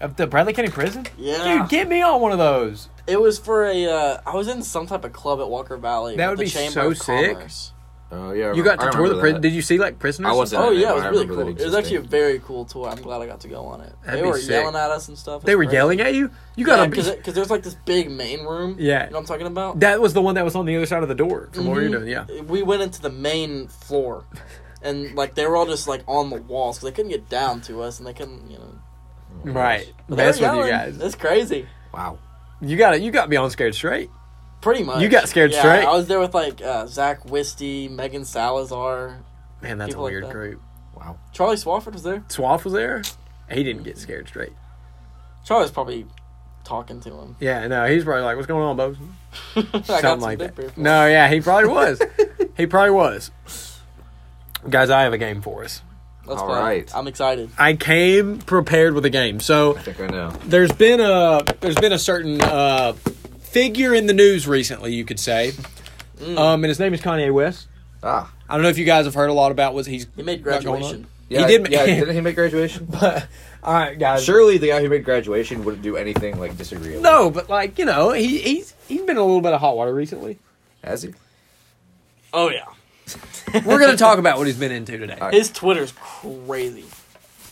Speaker 6: Of the Bradley County Prison?
Speaker 4: Yeah.
Speaker 6: Dude, get me on one of those.
Speaker 4: It was for a. Uh, I was in some type of club at Walker Valley.
Speaker 2: That
Speaker 4: with
Speaker 2: would
Speaker 4: the
Speaker 2: be
Speaker 4: Chamber
Speaker 2: so
Speaker 4: of
Speaker 2: sick.
Speaker 4: Commerce.
Speaker 3: Oh yeah,
Speaker 2: You got to tour the prison. Did you see like prisoners?
Speaker 3: I wasn't.
Speaker 4: Oh
Speaker 3: Yeah,
Speaker 4: yeah,
Speaker 3: I
Speaker 4: it was really
Speaker 3: remember that
Speaker 4: cool. It was actually
Speaker 3: existing.
Speaker 4: a very cool tour. I'm glad I got to go on it.
Speaker 2: That'd
Speaker 4: they
Speaker 2: be
Speaker 4: were
Speaker 2: sick.
Speaker 4: yelling at us and stuff.
Speaker 2: They were yelling at you. You got to be.
Speaker 4: because there's like this big main room.
Speaker 2: Yeah.
Speaker 4: you know what I'm talking about.
Speaker 6: That was the one that was on the other side of the door.
Speaker 2: from what you're
Speaker 4: Mm-hmm.
Speaker 2: doing, yeah.
Speaker 4: we went into the main floor, and like they were all just like on the walls because they couldn't get down to us, and they couldn't, you know.
Speaker 2: Right.
Speaker 4: But they
Speaker 2: That's
Speaker 4: were
Speaker 2: what you
Speaker 4: yelling.
Speaker 2: guys.
Speaker 4: That's crazy.
Speaker 3: wow.
Speaker 2: You got to You got to be on scared straight.
Speaker 4: Pretty much.
Speaker 2: You got scared
Speaker 4: yeah,
Speaker 2: straight.
Speaker 4: I was there with like uh, Zach Wisty, Megan Salazar,
Speaker 2: Man, that's a
Speaker 4: People like
Speaker 2: weird
Speaker 4: that.
Speaker 2: group.
Speaker 3: Wow.
Speaker 4: Charlie Swafford was there.
Speaker 2: Swaff was there. He didn't get scared straight.
Speaker 4: Charlie's probably talking to him. *laughs*
Speaker 2: Yeah, no, he's probably like, "What's going on, Bubs?"
Speaker 4: I got some
Speaker 2: Something like
Speaker 4: big beer
Speaker 2: that.
Speaker 4: for
Speaker 2: No, yeah, he probably
Speaker 3: *laughs*
Speaker 2: was. he probably was. Guys, I have a game for us.
Speaker 4: you. Let's
Speaker 3: All
Speaker 4: play.
Speaker 3: right.
Speaker 4: I'm excited.
Speaker 2: I came prepared with a game. So
Speaker 3: I think I know.
Speaker 2: there's been a there's been a certain uh, figure in the news recently, you could say,
Speaker 3: Mm.
Speaker 2: um, and his name is Kanye West.
Speaker 3: Ah.
Speaker 2: I don't know if you guys have heard a lot about what he's
Speaker 4: He made
Speaker 2: got going on.
Speaker 4: graduation.
Speaker 3: Yeah,
Speaker 2: he did.
Speaker 3: yeah,
Speaker 2: Yeah,
Speaker 3: didn't he make graduation?
Speaker 2: *laughs* all right, guys.
Speaker 3: Surely the guy who made graduation wouldn't do anything like disagreeable.
Speaker 2: No, but like you know, he he's he's been in a little bit of hot water
Speaker 3: *laughs*
Speaker 2: recently.
Speaker 3: Has he?
Speaker 4: Oh yeah.
Speaker 2: We're gonna talk about what he's been into today.
Speaker 3: right.
Speaker 4: His Twitter's crazy.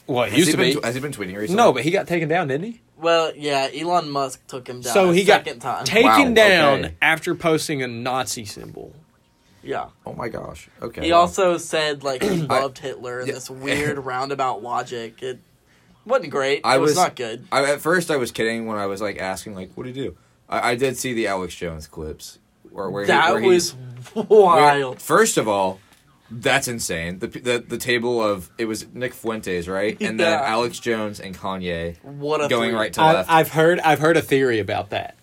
Speaker 2: Well, he
Speaker 3: Has
Speaker 2: used
Speaker 3: he
Speaker 2: to
Speaker 3: been
Speaker 2: be.
Speaker 3: tw- has he been tweeting recently?
Speaker 2: No, but he got taken down, didn't he?
Speaker 4: Well, yeah, Elon Musk took him down.
Speaker 2: So
Speaker 4: a
Speaker 2: he got
Speaker 4: second time.
Speaker 2: taken
Speaker 3: Wow,
Speaker 2: down
Speaker 3: okay.
Speaker 2: after posting a Nazi symbol.
Speaker 4: yeah.
Speaker 3: Oh my gosh. Okay.
Speaker 4: He also said
Speaker 3: *clears throat*
Speaker 4: like he loved Hitler in
Speaker 3: Yeah. *laughs*
Speaker 4: this weird roundabout logic. It wasn't great.
Speaker 3: I
Speaker 4: it was,
Speaker 3: was-
Speaker 4: not good.
Speaker 3: I, at first, I was kidding when I was like asking, like, "What do you do?" I, I did see the Alex Jones clips, or where he-
Speaker 4: That
Speaker 3: where he's- where-
Speaker 4: was wild.
Speaker 3: first of all, that's insane. The, the the table of it was Nick Fuentes, right, and then
Speaker 4: Yeah.
Speaker 3: Alex Jones and Kanye
Speaker 4: What a
Speaker 3: going
Speaker 4: three.
Speaker 3: right to
Speaker 2: I,
Speaker 3: left.
Speaker 2: I've heard I've heard a theory about that,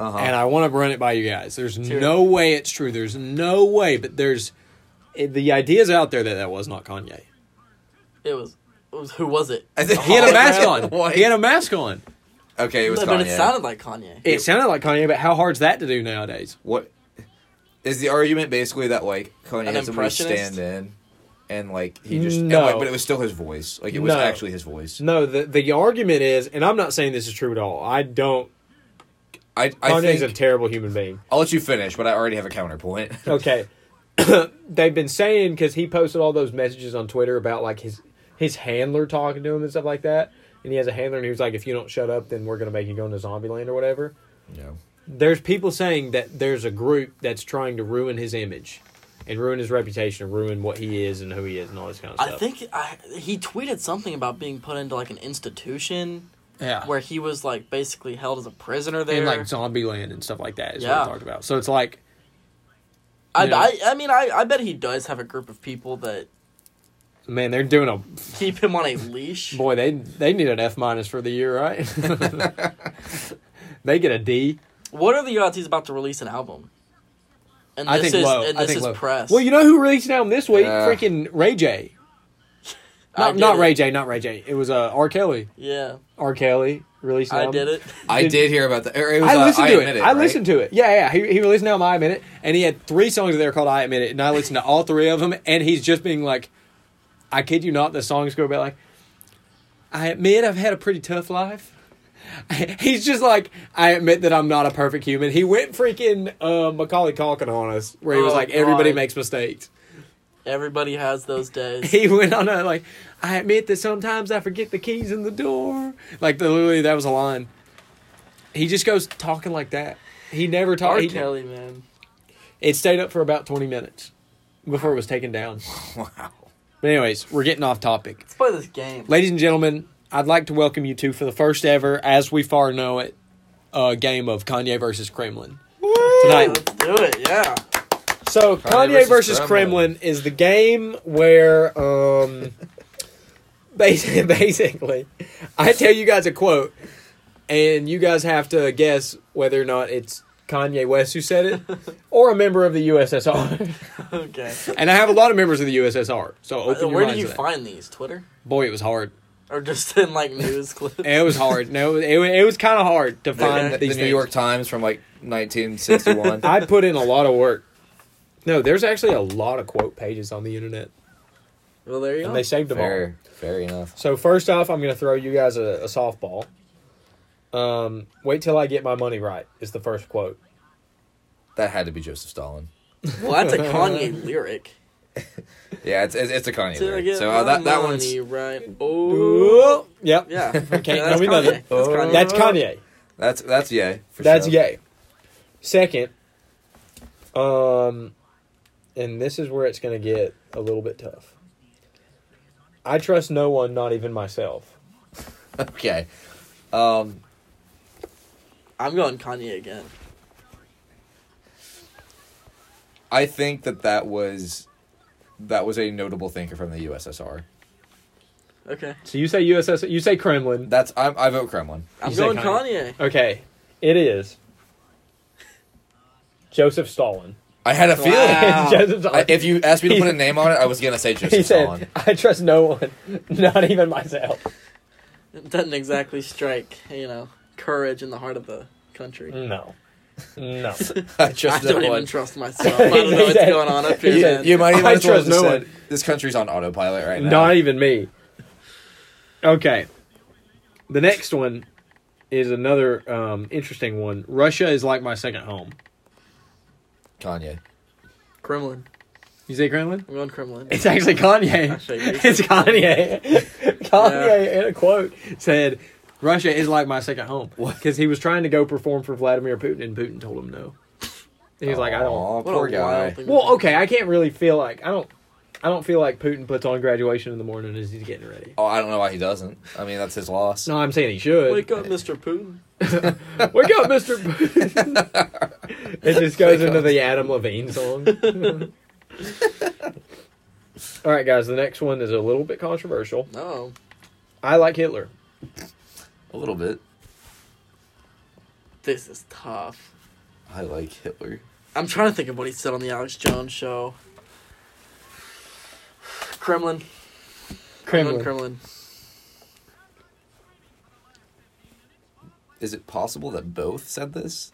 Speaker 3: Uh-huh.
Speaker 2: and I want to run it by you guys. There's no way it's true. There's no way, but there's it, the idea's out there that that was not Kanye.
Speaker 4: It was, it was. Who was it?
Speaker 3: I think-
Speaker 2: He had a mask
Speaker 3: What?
Speaker 2: on. He had a mask on.
Speaker 3: okay, it was
Speaker 4: but
Speaker 3: Kanye.
Speaker 4: it sounded like Kanye.
Speaker 2: It sounded like Kanye, but how hard's that to do nowadays?
Speaker 3: what is the argument basically that like Kanye
Speaker 4: An
Speaker 3: had somebody
Speaker 4: impressionist?
Speaker 3: stand in and like he just and,
Speaker 2: No.
Speaker 3: like, but it was still his voice. Like it was
Speaker 2: No.
Speaker 3: actually his voice.
Speaker 2: No, the the argument is, and I'm not saying this is true at all. I don't.
Speaker 3: I I
Speaker 2: Kanye's a
Speaker 3: think
Speaker 2: terrible human being.
Speaker 3: I'll let you finish, but I already have a counterpoint.
Speaker 2: Okay, *coughs* they've been saying because he posted all those messages on Twitter about like his his handler talking to him and stuff like that, and he has a handler, and he was like, "If you don't shut up, then we're gonna make you go into zombie land or whatever."
Speaker 3: yeah.
Speaker 2: there's people saying that there's a group that's trying to ruin his image and ruin his reputation and ruin what he is and who he is and all this kind of
Speaker 4: I
Speaker 2: stuff.
Speaker 4: think I, he tweeted something about being put into like an institution
Speaker 2: yeah.
Speaker 4: where he was like basically held as a prisoner there.
Speaker 2: and like zombie land and stuff like that is
Speaker 4: Yeah.
Speaker 2: what we talked about. So it's like
Speaker 4: I,
Speaker 2: yeah.
Speaker 4: I, I mean, I, I bet he does have a group of people that
Speaker 2: man, they're doing a
Speaker 4: keep him on a leash.
Speaker 2: boy, they they need an F minus for the year, right? *laughs* they get a D.
Speaker 4: What are the odds he's about to release an album? And
Speaker 2: I think
Speaker 4: is
Speaker 2: low.
Speaker 4: and
Speaker 2: I
Speaker 4: this
Speaker 2: think
Speaker 4: is
Speaker 2: low.
Speaker 4: press.
Speaker 2: Well, you know who released an album this week?
Speaker 3: Yeah.
Speaker 2: Freaking Ray J.
Speaker 4: I
Speaker 2: Not
Speaker 4: did
Speaker 2: not
Speaker 4: it.
Speaker 2: Ray J, not Ray J. It was uh, R. Kelly.
Speaker 4: Yeah,
Speaker 2: R. Kelly released an
Speaker 4: I
Speaker 2: album. *laughs*
Speaker 4: did it.
Speaker 3: *laughs* I
Speaker 2: Did-
Speaker 3: did, hear about that. or it was,
Speaker 2: I
Speaker 3: uh,
Speaker 2: listened to
Speaker 3: Admit
Speaker 2: it. I
Speaker 3: right?
Speaker 2: listened to it. Yeah, yeah. He, he released an album, I Admit It, and he had three songs there called I Admit It, and I listened to all three of them, and he's just being like, I kid you not, the songs go about like, I admit I've had a pretty tough life. *laughs* He's just like, I admit that I'm not a perfect human. He went freaking uh, Macaulay Culkin on us, where he was
Speaker 4: Oh,
Speaker 2: like, everybody
Speaker 4: God.
Speaker 2: makes mistakes.
Speaker 4: Everybody has those days.
Speaker 2: *laughs* He went on a, like, I admit that sometimes I forget the keys in the door. Like, literally, that was a line. He just goes talking like that. He never
Speaker 4: R.
Speaker 2: talked.
Speaker 4: Kelly, man.
Speaker 2: It stayed up for about 20 minutes before it was taken down.
Speaker 3: Wow.
Speaker 2: But, anyways, we're getting off topic.
Speaker 4: Let's play this game.
Speaker 2: Ladies and gentlemen, I'd like to welcome you to, for the first ever, as we far know it, uh, game of Kanye versus Kremlin tonight.
Speaker 4: Let's do it. Yeah. *laughs*
Speaker 2: So Kanye,
Speaker 3: Kanye
Speaker 2: versus,
Speaker 3: versus
Speaker 2: Kremlin.
Speaker 3: Kremlin.
Speaker 2: is the game where, um, *laughs* basically, *laughs* basically, I tell you guys a quote, and you guys have to guess whether or not it's Kanye West who said *laughs* it, or a member of the USSR.
Speaker 4: Okay.
Speaker 2: *laughs* and I have a lot of members of the USSR, so open your
Speaker 4: Where
Speaker 2: minds
Speaker 4: did you
Speaker 2: to that.
Speaker 4: find these? Twitter
Speaker 2: Boy, it was hard.
Speaker 4: or just *laughs* in
Speaker 2: *laughs*
Speaker 4: like news clips?
Speaker 2: It was hard. No, it was, it, was kind of hard to find
Speaker 3: The, the
Speaker 2: these
Speaker 3: New
Speaker 2: things. *laughs*
Speaker 3: York Times from like 1961.
Speaker 2: I put in a lot of work. No, there's actually a lot of quote pages on the internet,
Speaker 4: Well, there you
Speaker 2: and
Speaker 4: go.
Speaker 2: they saved them all.
Speaker 3: fair, fair enough.
Speaker 2: So first off, I'm gonna throw you guys a, a softball. Um, wait till I get my money right is the first quote.
Speaker 3: That had to be Joseph Stalin.
Speaker 4: Well,
Speaker 2: *laughs*
Speaker 4: that's a Kanye lyric.
Speaker 3: Yeah, it's it's, it's a Kanye
Speaker 4: Till I
Speaker 3: lyric.
Speaker 4: get
Speaker 3: So uh, that
Speaker 4: my
Speaker 3: that one's
Speaker 4: money right. Oh.
Speaker 2: Ooh. Yep. *laughs*
Speaker 4: Yeah.
Speaker 2: Okay,
Speaker 4: that's,
Speaker 2: tell me another.
Speaker 4: Kanye.
Speaker 2: That's
Speaker 4: that's Kanye.
Speaker 2: Kanye.
Speaker 3: that's that's yay. For
Speaker 2: That's
Speaker 3: sure.
Speaker 2: yay. Second, um, and this is where it's gonna get a little bit tough. I trust no one, not even myself.
Speaker 3: *laughs* Okay. Um,
Speaker 4: I'm going Kanye again.
Speaker 3: I think that that was that was a notable thinker from the USSR.
Speaker 4: Okay.
Speaker 2: So you say USS, you say Kremlin.
Speaker 3: That's I, I vote Kremlin.
Speaker 4: I'm
Speaker 2: You said
Speaker 4: going
Speaker 2: Kanye.
Speaker 4: Kanye.
Speaker 2: Okay, it is Joseph Stalin.
Speaker 3: I had a feeling.
Speaker 4: *laughs*
Speaker 2: *laughs*
Speaker 4: Wow.
Speaker 2: Joseph Stalin.
Speaker 3: I, if you asked me to put a name on it, I was gonna
Speaker 2: *laughs*
Speaker 3: say
Speaker 2: he
Speaker 3: Joseph Stalin. *laughs*
Speaker 2: said, "I trust no one, not even myself."
Speaker 4: It *laughs* doesn't exactly strike, you know, courage in the heart of the country.
Speaker 2: No, no.
Speaker 3: I trust
Speaker 4: I don't
Speaker 3: no
Speaker 4: even
Speaker 2: *laughs*
Speaker 3: one.
Speaker 4: trust myself. I don't know what's
Speaker 2: Exactly.
Speaker 4: going on up here.
Speaker 3: You,
Speaker 4: man.
Speaker 3: you might even
Speaker 2: I
Speaker 3: as well
Speaker 2: trust
Speaker 3: have just
Speaker 2: no
Speaker 3: said,
Speaker 2: one.
Speaker 3: this country's on autopilot right now.
Speaker 2: Not even me. Okay. The next one is another um, interesting one. Russia is like my second home.
Speaker 3: Kanye.
Speaker 4: Kremlin.
Speaker 2: You say Kremlin?
Speaker 4: I'm going Kremlin.
Speaker 2: It's actually Kanye.
Speaker 4: Actually,
Speaker 2: *laughs* It's Kanye. Kanye, in a quote, said, Russia is like my second home. Because he was trying to go perform for Vladimir Putin, and Putin told him no. And he was like, I don't.
Speaker 3: Aw,
Speaker 4: What
Speaker 3: poor
Speaker 4: a
Speaker 3: guy.
Speaker 4: wild thing. to
Speaker 2: Well,
Speaker 4: do.
Speaker 2: okay, I can't really feel like I don't. I don't feel like Putin puts on graduation in the morning as he's getting ready.
Speaker 3: Oh, I don't know why he doesn't. I mean, that's his loss.
Speaker 2: No, I'm saying he should.
Speaker 4: Wake up, Mr. Putin.
Speaker 2: Wake up, Mr. Putin. it just goes
Speaker 3: Wake
Speaker 2: into
Speaker 3: up.
Speaker 2: the Adam Levine song. All right, guys, the next one is a little bit controversial.
Speaker 4: No.
Speaker 2: I like Hitler.
Speaker 3: A little bit.
Speaker 4: This is tough.
Speaker 3: I like Hitler.
Speaker 4: I'm trying to think of what he said on the Alex Jones show. Kremlin. Kremlin. Kremlin.
Speaker 3: Is it possible that both said this?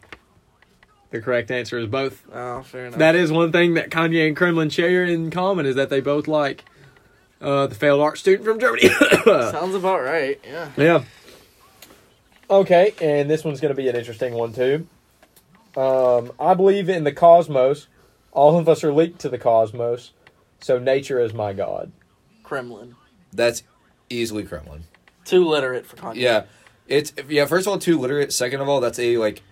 Speaker 2: The correct answer is both.
Speaker 4: Oh, fair enough.
Speaker 2: That is one thing that Kanye and Kremlin share in common is that they both like uh, the failed art student from Germany. *coughs*
Speaker 4: Sounds about right. Yeah.
Speaker 2: yeah. Okay, and this one's going to be an interesting one too. Um, I believe in the cosmos. All of us are linked to the cosmos, so nature is my god.
Speaker 4: Kremlin.
Speaker 3: That's easily Kremlin.
Speaker 4: Too literate for Kanye.
Speaker 3: Yeah. It's yeah, first of all, too literate. Second of all, that's a like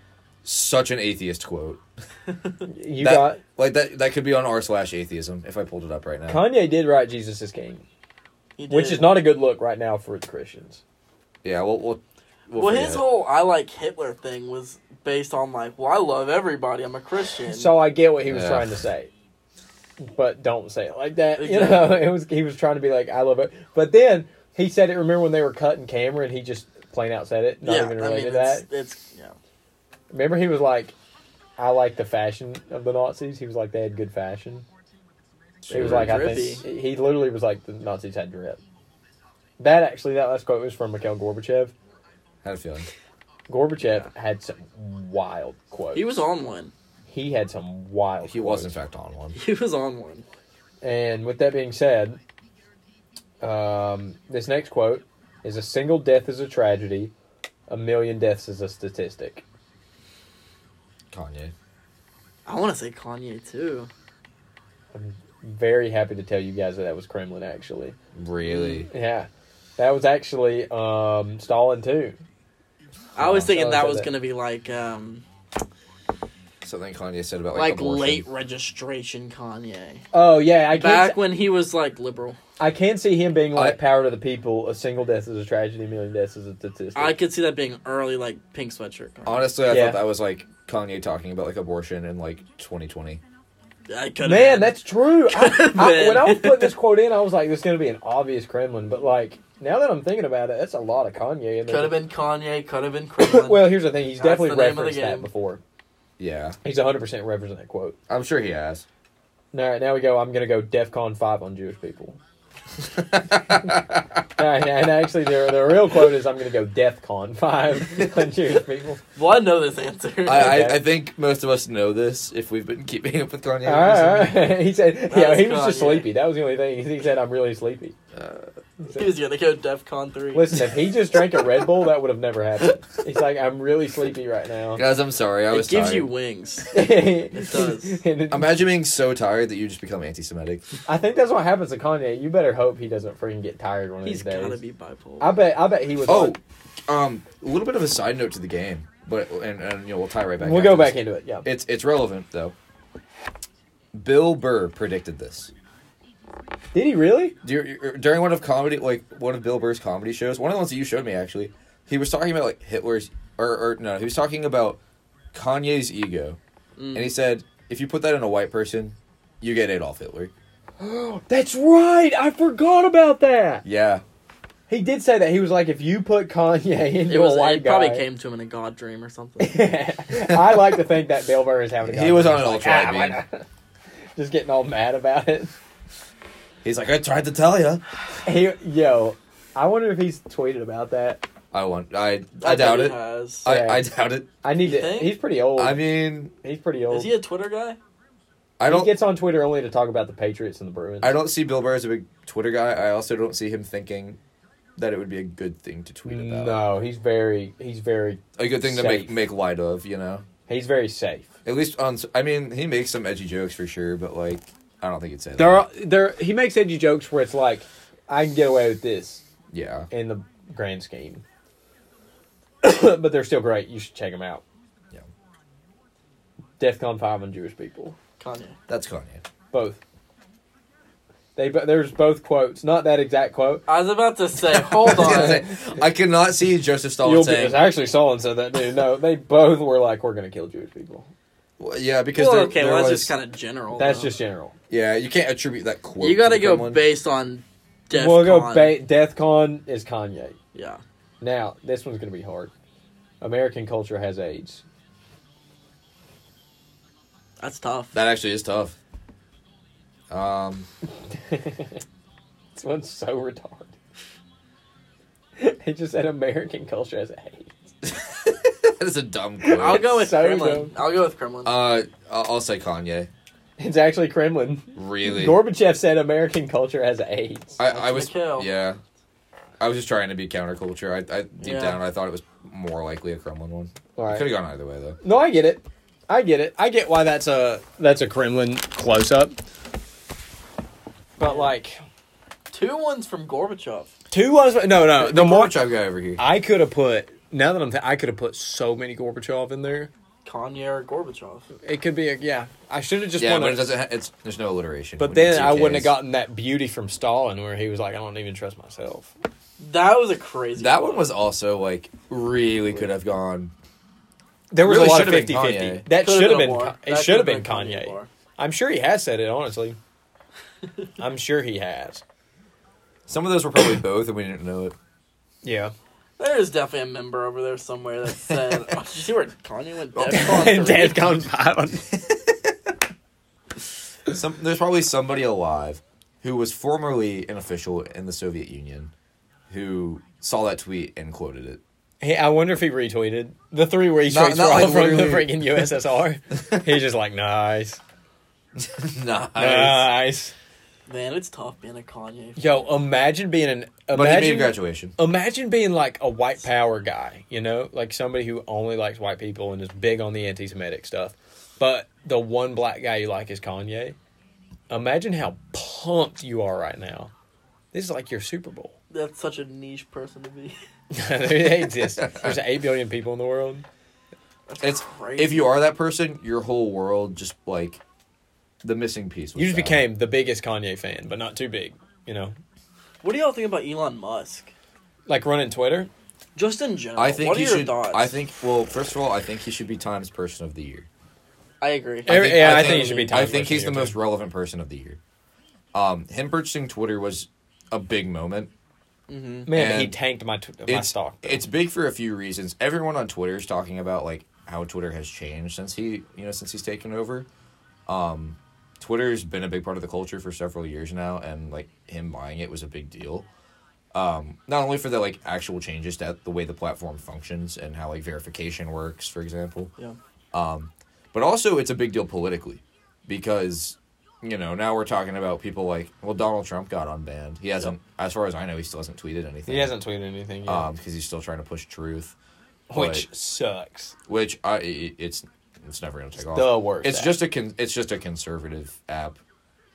Speaker 3: such an atheist quote.
Speaker 2: You
Speaker 3: that,
Speaker 2: got
Speaker 3: like that that could be on R slash atheism if I pulled it up right now.
Speaker 2: Kanye did write Jesus is King,
Speaker 4: He did.
Speaker 2: which is not a good look right now for the Christians.
Speaker 3: yeah, we'll we'll, we'll
Speaker 4: Well,
Speaker 3: forget
Speaker 4: his
Speaker 3: it.
Speaker 4: whole "I like Hitler" thing was based on like, "Well, I love everybody. I'm a Christian."
Speaker 2: So I get what he was
Speaker 3: Yeah.
Speaker 2: trying to say, but don't say it like that. You
Speaker 4: Exactly.
Speaker 2: know, *laughs* it was he was trying to be like I love it, but then he said it. Remember when they were cutting camera and he just plain out said it, not even related to that.
Speaker 4: it's, it's yeah.
Speaker 2: Remember he was like, I like the fashion of the Nazis. He was like they had good fashion. He was
Speaker 3: Sure.
Speaker 2: like I
Speaker 4: Drippy.
Speaker 2: think he literally was like the Nazis had drip. That actually that last quote was from Mikhail Gorbachev.
Speaker 3: had a feeling.
Speaker 2: Gorbachev had some wild quotes.
Speaker 4: He was on one. *laughs*
Speaker 2: He had some wild.
Speaker 3: He was
Speaker 2: quotes.
Speaker 3: in fact on one.
Speaker 4: He was on one.
Speaker 2: And with that being said, um, this next quote is: "A single death is a tragedy. a million deaths is a statistic.
Speaker 3: Kanye.
Speaker 4: I want to say Kanye too.
Speaker 2: Very happy to tell you guys that that was Kremlin, actually.
Speaker 3: Really?
Speaker 2: Yeah, that was actually um, Stalin too.
Speaker 4: I was
Speaker 2: Yeah.
Speaker 4: thinking that
Speaker 2: Sounds
Speaker 4: was
Speaker 2: like that.
Speaker 4: gonna be like
Speaker 2: Mm.
Speaker 4: um
Speaker 3: Something Kanye said about like,
Speaker 4: like
Speaker 3: abortion.
Speaker 4: late registration Kanye.
Speaker 2: Oh yeah, I
Speaker 4: Back
Speaker 2: can't.
Speaker 4: when he was like liberal,
Speaker 2: I can see him being like
Speaker 3: I-
Speaker 2: power to the people. A single death is a tragedy. A million deaths is a statistic.
Speaker 4: I could see that being early like pink sweatshirt. Kanye.
Speaker 3: Honestly, I
Speaker 2: Yeah.
Speaker 3: thought that was like Kanye talking about like abortion in like 2020. Uh,
Speaker 4: I
Speaker 2: Man,
Speaker 4: could've been.
Speaker 2: that's true.
Speaker 4: *laughs*
Speaker 2: I, I,
Speaker 4: been.
Speaker 2: when I was putting this quote in, I was like, "This is going to be an obvious Kremlin." But like now that I'm thinking about it, that's a lot of Kanye. in there.
Speaker 4: could have been Kanye.
Speaker 2: *coughs*
Speaker 4: Could have been
Speaker 2: *laughs*
Speaker 4: Kremlin.
Speaker 2: Well, here's the thing. He's
Speaker 4: That's
Speaker 2: definitely
Speaker 4: the name of the
Speaker 2: referenced that
Speaker 4: game.
Speaker 2: before.
Speaker 3: Yeah,
Speaker 2: He's 100 percent referencing that quote.
Speaker 3: I'm sure he has.
Speaker 2: All right, now we go. I'm going to go DefCon five on Jewish
Speaker 3: *laughs*
Speaker 2: people. All right, and actually, the, the real quote is, "I'm going to go DefCon
Speaker 3: *laughs*
Speaker 2: five on Jewish people."
Speaker 4: well, I know this answer. *laughs*
Speaker 3: I,
Speaker 2: Okay.
Speaker 3: I, I think most of us know this if we've been *laughs* keeping up with Kanye.
Speaker 2: All right, all right. *laughs* he said, "Yeah,
Speaker 4: was
Speaker 2: he was just
Speaker 4: Kanye.
Speaker 2: sleepy." That was the only thing he said. I'm really sleepy.
Speaker 4: he was gonna go DefCon three.
Speaker 2: Listen, if he just drank a Red Bull, that would have never happened. He's like, "I'm really sleepy right now."
Speaker 3: Guys, I'm sorry. I
Speaker 4: it
Speaker 3: was
Speaker 4: gives
Speaker 3: tired.
Speaker 4: you wings.
Speaker 2: *laughs* it
Speaker 4: does.
Speaker 3: Imagine being so tired that you just
Speaker 2: *laughs*
Speaker 3: become anti-Semitic.
Speaker 2: I think that's what happens to Kanye. You better hope he doesn't freaking get tired one of
Speaker 4: He's
Speaker 2: these days.
Speaker 4: gotta be bipolar.
Speaker 2: I bet. I bet he was.
Speaker 3: Oh,
Speaker 2: on-
Speaker 3: um, a little bit of a side note to the game, but and, and you know we'll tie right back.
Speaker 2: we'll
Speaker 3: after
Speaker 2: go
Speaker 3: this.
Speaker 2: back into it. Yeah.
Speaker 3: It's it's relevant though. Bill Burr predicted this
Speaker 2: Did he really?
Speaker 3: Dur- er, during one of comedy, like one of Bill Burr's comedy shows. One of the ones that you showed me actually. He was talking about like Hitler's, or, or no, he was talking about Kanye's ego, and
Speaker 2: Mm.
Speaker 3: he said if you put that in a white person, you get Adolf Hitler.
Speaker 2: That's right. I forgot about that.
Speaker 3: Yeah,
Speaker 2: He did say that. He was like, if you put Kanye into
Speaker 4: it was.
Speaker 2: a white
Speaker 4: It probably
Speaker 2: guy-
Speaker 4: came to him in a god dream or something.
Speaker 2: *laughs* I like to think that Bill Burr is having. A
Speaker 3: he was on an
Speaker 2: conversation,
Speaker 3: ultra. I mean.
Speaker 2: like, just getting all mad about it.
Speaker 3: He's like, I tried to tell you.
Speaker 2: He, yo, I wonder if he's tweeted about that.
Speaker 3: I want. I
Speaker 4: bet
Speaker 3: I doubt
Speaker 4: he
Speaker 3: it.
Speaker 4: Has.
Speaker 3: I,
Speaker 2: uh, Yeah.
Speaker 3: I doubt it.
Speaker 2: I need
Speaker 4: You
Speaker 2: to.
Speaker 4: think?
Speaker 2: He's pretty old.
Speaker 3: I mean,
Speaker 2: he's pretty old.
Speaker 4: Is he a Twitter guy?
Speaker 3: I
Speaker 2: he
Speaker 3: don't.
Speaker 2: gets on Twitter only to talk about the Patriots and the Bruins.
Speaker 3: I don't see Bill Burr as a big Twitter guy. I also don't see him thinking that it would be a good thing to tweet about.
Speaker 2: No, he's very. He's very.
Speaker 3: A good thing to
Speaker 2: Safe.
Speaker 3: make make light of, you know.
Speaker 2: He's very safe.
Speaker 3: At least on. s- I mean, he makes some edgy jokes for sure, but like, I don't think it's it.
Speaker 2: There are there. He makes edgy jokes where it's like, I can get away with this
Speaker 3: Yeah.
Speaker 2: in the grand scheme. *coughs* but they're still great. You should check them out.
Speaker 3: Yeah.
Speaker 2: DefCon Five and Jewish people,
Speaker 4: Kanye.
Speaker 3: That's Kanye.
Speaker 2: both. They bo- there's both quotes, not that exact quote.
Speaker 4: I was about to say,
Speaker 2: *laughs*
Speaker 3: *laughs*
Speaker 4: hold
Speaker 3: I was gonna
Speaker 4: on.
Speaker 3: say, I cannot see Joseph Stalin
Speaker 2: You'll be,
Speaker 3: saying.
Speaker 2: it's actually Solon said that dude. No, they both were like, we're gonna kill Jewish people.
Speaker 3: Well, yeah, because
Speaker 4: well,
Speaker 3: there,
Speaker 4: okay,
Speaker 3: there
Speaker 4: well, that's
Speaker 3: was-
Speaker 4: just kind of general.
Speaker 2: That's
Speaker 4: though.
Speaker 2: just general.
Speaker 3: Yeah, you can't attribute that quote.
Speaker 4: you gotta
Speaker 3: to the
Speaker 4: go
Speaker 3: Kremlin.
Speaker 4: based on. Def
Speaker 2: we'll go.
Speaker 4: Con.
Speaker 2: Ba- DeathCon is Kanye.
Speaker 4: Yeah.
Speaker 2: Now this one's gonna be hard. American culture has AIDS.
Speaker 4: That's tough.
Speaker 3: That actually is tough. Um. *laughs*
Speaker 2: *laughs* This one's so retarded. he just said American culture has AIDS.
Speaker 3: That is a dumb quote.
Speaker 4: I'll go with
Speaker 2: So
Speaker 4: Kremlin.
Speaker 2: dumb.
Speaker 4: I'll go with Kremlin.
Speaker 3: Uh, I'll I'll say Kanye.
Speaker 2: It's actually Kremlin.
Speaker 3: Really?
Speaker 2: Gorbachev said American culture has AIDS.
Speaker 3: I, I was.
Speaker 4: Mikhail.
Speaker 3: Yeah. I was just trying to be counterculture. I, I deep
Speaker 4: Yeah.
Speaker 3: down, I thought it was more likely a Kremlin one.
Speaker 2: All
Speaker 3: Could
Speaker 2: right.
Speaker 3: have gone either way though.
Speaker 2: No, I get it. I get it. I get why that's a that's a Kremlin close up. But like
Speaker 4: Two ones from Gorbachev.
Speaker 2: two was no no the more
Speaker 3: Gorbachev guy over here.
Speaker 2: I could have put now that I'm th- I could have put so many Gorbachev in there.
Speaker 4: Kanye or Gorbachev.
Speaker 2: It could be a yeah. I should have just
Speaker 3: Yeah,
Speaker 2: won
Speaker 3: but
Speaker 2: a-
Speaker 3: it doesn't. Ha- it's there's no alliteration.
Speaker 2: But
Speaker 3: We need
Speaker 2: then I
Speaker 3: two
Speaker 2: wouldn't have
Speaker 3: Ks.
Speaker 2: gotten that beauty from Stalin where he was like, I don't even trust myself.
Speaker 4: That was a crazy.
Speaker 3: That one was also like really could have gone.
Speaker 2: There was
Speaker 3: Really
Speaker 2: a lot of
Speaker 3: should've
Speaker 2: 50
Speaker 3: been
Speaker 2: 50.
Speaker 3: Kanye.
Speaker 2: That
Speaker 4: Could've
Speaker 2: should have
Speaker 4: a
Speaker 2: been,
Speaker 4: war.
Speaker 2: Ka- it
Speaker 4: That
Speaker 2: should have been
Speaker 4: could've
Speaker 2: Kanye.
Speaker 4: war.
Speaker 2: I'm sure he has said it,
Speaker 4: *laughs*
Speaker 2: honestly. I'm sure he has.
Speaker 3: Some of those were probably both, and we didn't know it.
Speaker 2: *laughs* Yeah.
Speaker 4: There is definitely a member over there somewhere
Speaker 2: *laughs*
Speaker 4: that said, oh, "Did you see where Kanye went?"
Speaker 2: Oh,
Speaker 4: DefCon
Speaker 2: Dad's *laughs*
Speaker 4: three?
Speaker 2: gone violent.
Speaker 3: Some there's probably somebody alive who was formerly an official in the Soviet Union who saw that tweet and quoted it.
Speaker 2: Hey, I wonder if he retweeted. The three retweets
Speaker 3: Not- not
Speaker 2: were all
Speaker 3: like
Speaker 2: from the
Speaker 3: literally.
Speaker 2: freaking *laughs* USSR. He's just like, nice.
Speaker 3: nice.
Speaker 2: *laughs* Nice.
Speaker 4: Man, it's tough being a Kanye.
Speaker 2: Yo, imagine being an
Speaker 3: But he made
Speaker 2: imagine,
Speaker 3: graduation.
Speaker 2: imagine being like a white power guy, you know, like somebody who only likes white people and is big on the anti-Semitic stuff. But the one black guy you like is Kanye. Imagine how pumped you are right now. This is like your Super Bowl. *laughs*
Speaker 4: That's such a niche person to be. *laughs*
Speaker 2: they exist. There's eight billion people in the world.
Speaker 3: It's
Speaker 4: crazy.
Speaker 3: if you are that person, your whole world just like the missing piece. Was
Speaker 2: You just
Speaker 3: found.
Speaker 2: became the biggest Kanye fan, but not too big. You know,
Speaker 4: What do y'all think about Elon Musk?
Speaker 2: like running Twitter.
Speaker 4: Just in general.
Speaker 3: I think
Speaker 4: what are
Speaker 3: he
Speaker 4: your
Speaker 3: should.
Speaker 4: thoughts?
Speaker 3: I think. Well, first of all, I think he should be Times Person of the Year.
Speaker 4: I agree.
Speaker 2: Every-
Speaker 3: think-
Speaker 2: yeah,
Speaker 3: I
Speaker 2: I
Speaker 3: think-
Speaker 2: think you should be.
Speaker 3: I
Speaker 2: Times
Speaker 3: think
Speaker 2: Person
Speaker 3: he's the
Speaker 2: here,
Speaker 3: most
Speaker 2: too.
Speaker 3: relevant person of the year. Um, him purchasing Twitter was a big moment.
Speaker 2: man.
Speaker 3: and
Speaker 2: He tanked my tw- my
Speaker 3: It's
Speaker 2: stock. though.
Speaker 3: it's big for a few reasons. Everyone on Twitter is talking about like how Twitter has changed since he you know since he's taken over. Um, Twitter's been a big part of the culture for several years now, and like him buying it was a big deal. Um, not only for the like actual changes to the way the platform functions and how like verification works, for example,
Speaker 4: Yeah.
Speaker 3: but also it's a big deal politically because you know now we're talking about people like well Donald Trump got unbanned. He hasn't, as far as I know, he still hasn't tweeted anything.
Speaker 2: he hasn't tweeted anything yet,
Speaker 3: um because he's still trying to push truth,
Speaker 2: which
Speaker 3: but-
Speaker 2: sucks.
Speaker 3: which I i- it's it's never gonna take off.
Speaker 2: the worst
Speaker 3: It's
Speaker 2: app.
Speaker 3: just a con- it's just a conservative app.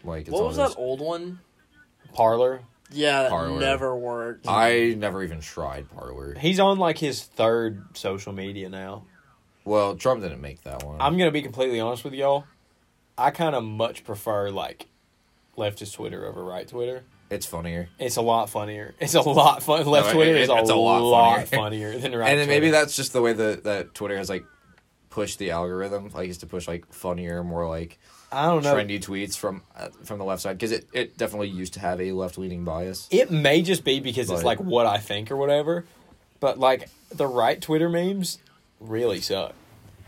Speaker 3: Like it's
Speaker 4: What
Speaker 3: all
Speaker 4: was
Speaker 3: this-
Speaker 4: that old one?
Speaker 2: Parlor.
Speaker 4: Yeah, that
Speaker 3: Parler.
Speaker 4: never worked.
Speaker 3: I never even tried Parlor.
Speaker 2: He's on like his third social media now.
Speaker 3: Well, Trump didn't make that one.
Speaker 2: I'm gonna be completely honest with y'all. I kind of much prefer like leftist Twitter over right Twitter.
Speaker 3: it's funnier.
Speaker 2: It's a lot funnier. *laughs* It's a lot fun. Left
Speaker 3: it-
Speaker 2: Twitter
Speaker 3: it-
Speaker 2: is a,
Speaker 3: it's a lot
Speaker 2: lot, *laughs*
Speaker 3: funnier.
Speaker 2: funnier. than right.
Speaker 3: and then maybe
Speaker 2: Twitter.
Speaker 3: that's just the way that that Twitter has like pushed the algorithm. Like is to push like funnier, more like
Speaker 2: I don't know.
Speaker 3: trendy tweets from uh, from the left side because it, it definitely used to have a left leaning bias.
Speaker 2: It may just be because it's
Speaker 3: Like-
Speaker 2: like what I think or whatever, but like the right Twitter memes really suck.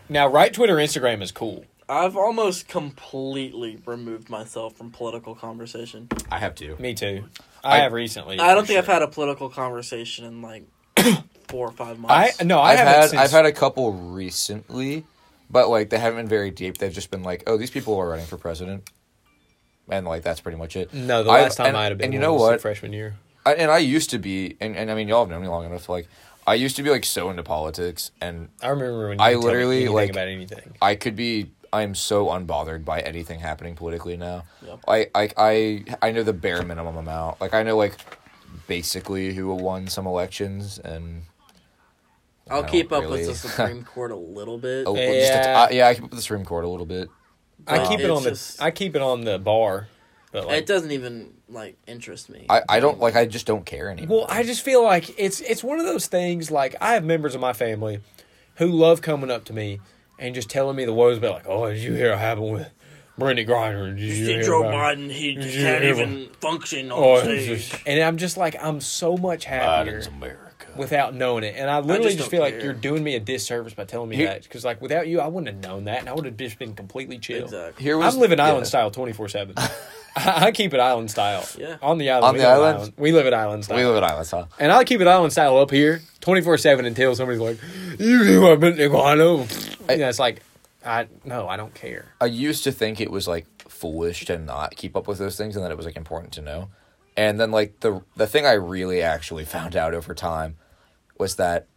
Speaker 2: Now, right Twitter, Instagram is cool.
Speaker 4: I've almost completely removed myself from political conversation.
Speaker 3: I have to.
Speaker 2: Me too. I,
Speaker 3: I-
Speaker 2: have recently.
Speaker 4: I don't think I've had a political conversation in like *coughs* four or five
Speaker 2: I
Speaker 4: months.
Speaker 2: no. I
Speaker 3: I've
Speaker 2: haven't
Speaker 3: had
Speaker 2: since-
Speaker 3: I've had a couple recently, but like they haven't been very deep. They've just been like, oh, these people are running for president, and like that's pretty much it.
Speaker 2: no. The
Speaker 3: I've-
Speaker 2: last time
Speaker 3: and-
Speaker 2: I had a big
Speaker 3: and you
Speaker 2: one
Speaker 3: know
Speaker 2: was
Speaker 3: what?
Speaker 2: freshman year.
Speaker 3: I, and I used to be, and, and I mean, y'all have known me long enough. Like, I used to be like so into politics, and
Speaker 2: I remember when you
Speaker 3: I
Speaker 2: could tell me
Speaker 3: literally,
Speaker 2: anything
Speaker 3: like-
Speaker 2: about anything.
Speaker 3: I could be. I am so unbothered by anything happening politically now.
Speaker 4: Yeah.
Speaker 3: I, I I I know the bare minimum amount. Like I know like basically who won some elections and
Speaker 4: I'll
Speaker 3: don't
Speaker 4: keep up
Speaker 3: really-
Speaker 4: with the Supreme Court a little bit.
Speaker 3: oh, just *laughs* a t-
Speaker 2: Yeah.
Speaker 3: I- yeah, I keep up with the Supreme Court a little bit.
Speaker 2: I keep it
Speaker 4: it's
Speaker 2: on the.
Speaker 4: just-
Speaker 2: I keep it on the bar, but like
Speaker 4: It doesn't even like interest me.
Speaker 3: I, I don't like I just don't care anymore.
Speaker 2: Well, I just feel like it's it's one of those things. Like I have members of my family who love coming up to me and just telling me the woes about like, oh, did you hear what happened with Brittany Griner? Did you,
Speaker 4: You
Speaker 2: hear
Speaker 4: see Joe
Speaker 2: about-
Speaker 4: Biden, he just
Speaker 2: you
Speaker 4: can't
Speaker 2: hear
Speaker 4: even function on
Speaker 2: Oh, it's
Speaker 4: stage.
Speaker 2: just- and I'm just like, I'm so much happier
Speaker 3: America.
Speaker 2: without knowing it, and I literally just,
Speaker 4: just
Speaker 2: feel
Speaker 4: don't
Speaker 2: like
Speaker 4: care.
Speaker 2: you're doing me a disservice by telling me
Speaker 3: Here-
Speaker 2: that because like without you, I wouldn't have known that, and I would have just been completely chill.
Speaker 4: Exactly.
Speaker 3: Here was
Speaker 2: I'm living
Speaker 3: yeah.
Speaker 2: island style 24
Speaker 3: *laughs*
Speaker 2: seven. I keep it island style.
Speaker 4: Yeah.
Speaker 2: On the island.
Speaker 3: On
Speaker 2: we
Speaker 3: the
Speaker 2: live
Speaker 3: island?
Speaker 2: We live at island style.
Speaker 3: We live in island style.
Speaker 2: And I'll keep an eye on Sal up here 24 7 until somebody's like, You knew I've been to Guano. Yeah, it's like, I no, I don't care.
Speaker 3: I used to think it was like foolish to not keep up with those things and that it was like important to know. And then like the the thing I really actually found out over time was that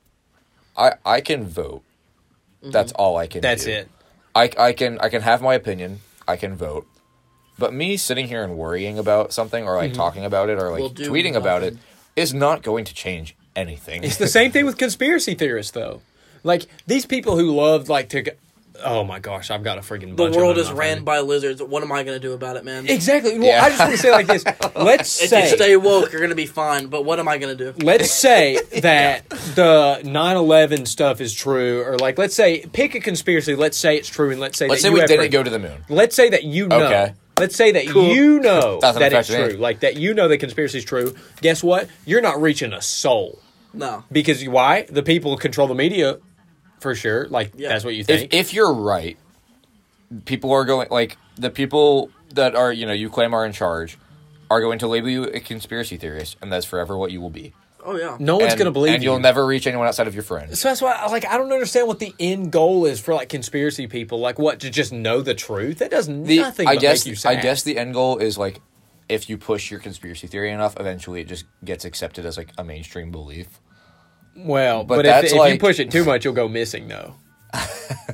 Speaker 3: I I can vote. That's all I can
Speaker 2: Mm-hmm. That's
Speaker 3: do.
Speaker 2: it.
Speaker 3: I I can I can have my opinion. I can vote. But me sitting here and worrying about something or
Speaker 2: Mm-hmm.
Speaker 3: like talking about it or like
Speaker 4: Will do
Speaker 3: tweeting about it
Speaker 4: nothing.
Speaker 3: is not going to change anything.
Speaker 2: It's the same thing with conspiracy theorists, though. Like, these people who love, like, to. go- Oh my gosh, I've got a freaking.
Speaker 4: The
Speaker 2: bunch of
Speaker 4: world
Speaker 2: them
Speaker 4: is
Speaker 2: in my
Speaker 4: ran
Speaker 2: phone.
Speaker 4: by lizards. What am I going to do about it, man?
Speaker 2: Exactly. Well,
Speaker 3: Yeah. *laughs*
Speaker 2: I just want to say it like this. Let's
Speaker 4: If you
Speaker 2: say.
Speaker 4: stay woke, you're going to be fine, but what am I going to do?
Speaker 2: let's
Speaker 3: *laughs*
Speaker 2: say that the 9-11 stuff is true, or like, let's say pick a conspiracy. Let's say it's true, and let's say
Speaker 3: Let's
Speaker 2: that
Speaker 3: say
Speaker 2: you
Speaker 3: we
Speaker 2: have
Speaker 3: didn't
Speaker 2: proof.
Speaker 3: go to the moon.
Speaker 2: Let's say that you know.
Speaker 3: Okay.
Speaker 2: Let's say that you know
Speaker 3: *laughs* Doesn't
Speaker 2: that it's
Speaker 3: affect me.
Speaker 2: true. Like that you know the conspiracy is true. Guess what? You're not reaching a soul
Speaker 4: No.
Speaker 2: because you- why? The people control the media for sure. Like
Speaker 4: Yeah.
Speaker 2: that's what you
Speaker 3: if
Speaker 2: think.
Speaker 3: if you're right, people are going like the people that are you know you claim are in charge are going to label you a conspiracy theorist, and that's forever what you will be.
Speaker 4: Oh, yeah.
Speaker 2: no one's
Speaker 3: and,
Speaker 2: gonna believe
Speaker 3: and
Speaker 2: you.
Speaker 3: you'll never reach anyone outside of your friends.
Speaker 2: so that's why, like, I don't understand what the end goal is for like conspiracy people. Like, what to just know the truth? That does
Speaker 3: The,
Speaker 2: nothing.
Speaker 3: I
Speaker 2: but
Speaker 3: guess
Speaker 2: make you sad.
Speaker 3: I guess the end goal is like if you push your conspiracy theory enough, eventually it just gets accepted as like a mainstream belief.
Speaker 2: Well,
Speaker 3: But
Speaker 2: but,
Speaker 3: that's
Speaker 2: if, if you
Speaker 3: like-
Speaker 2: push it too much, you'll go missing
Speaker 3: *laughs*
Speaker 2: though.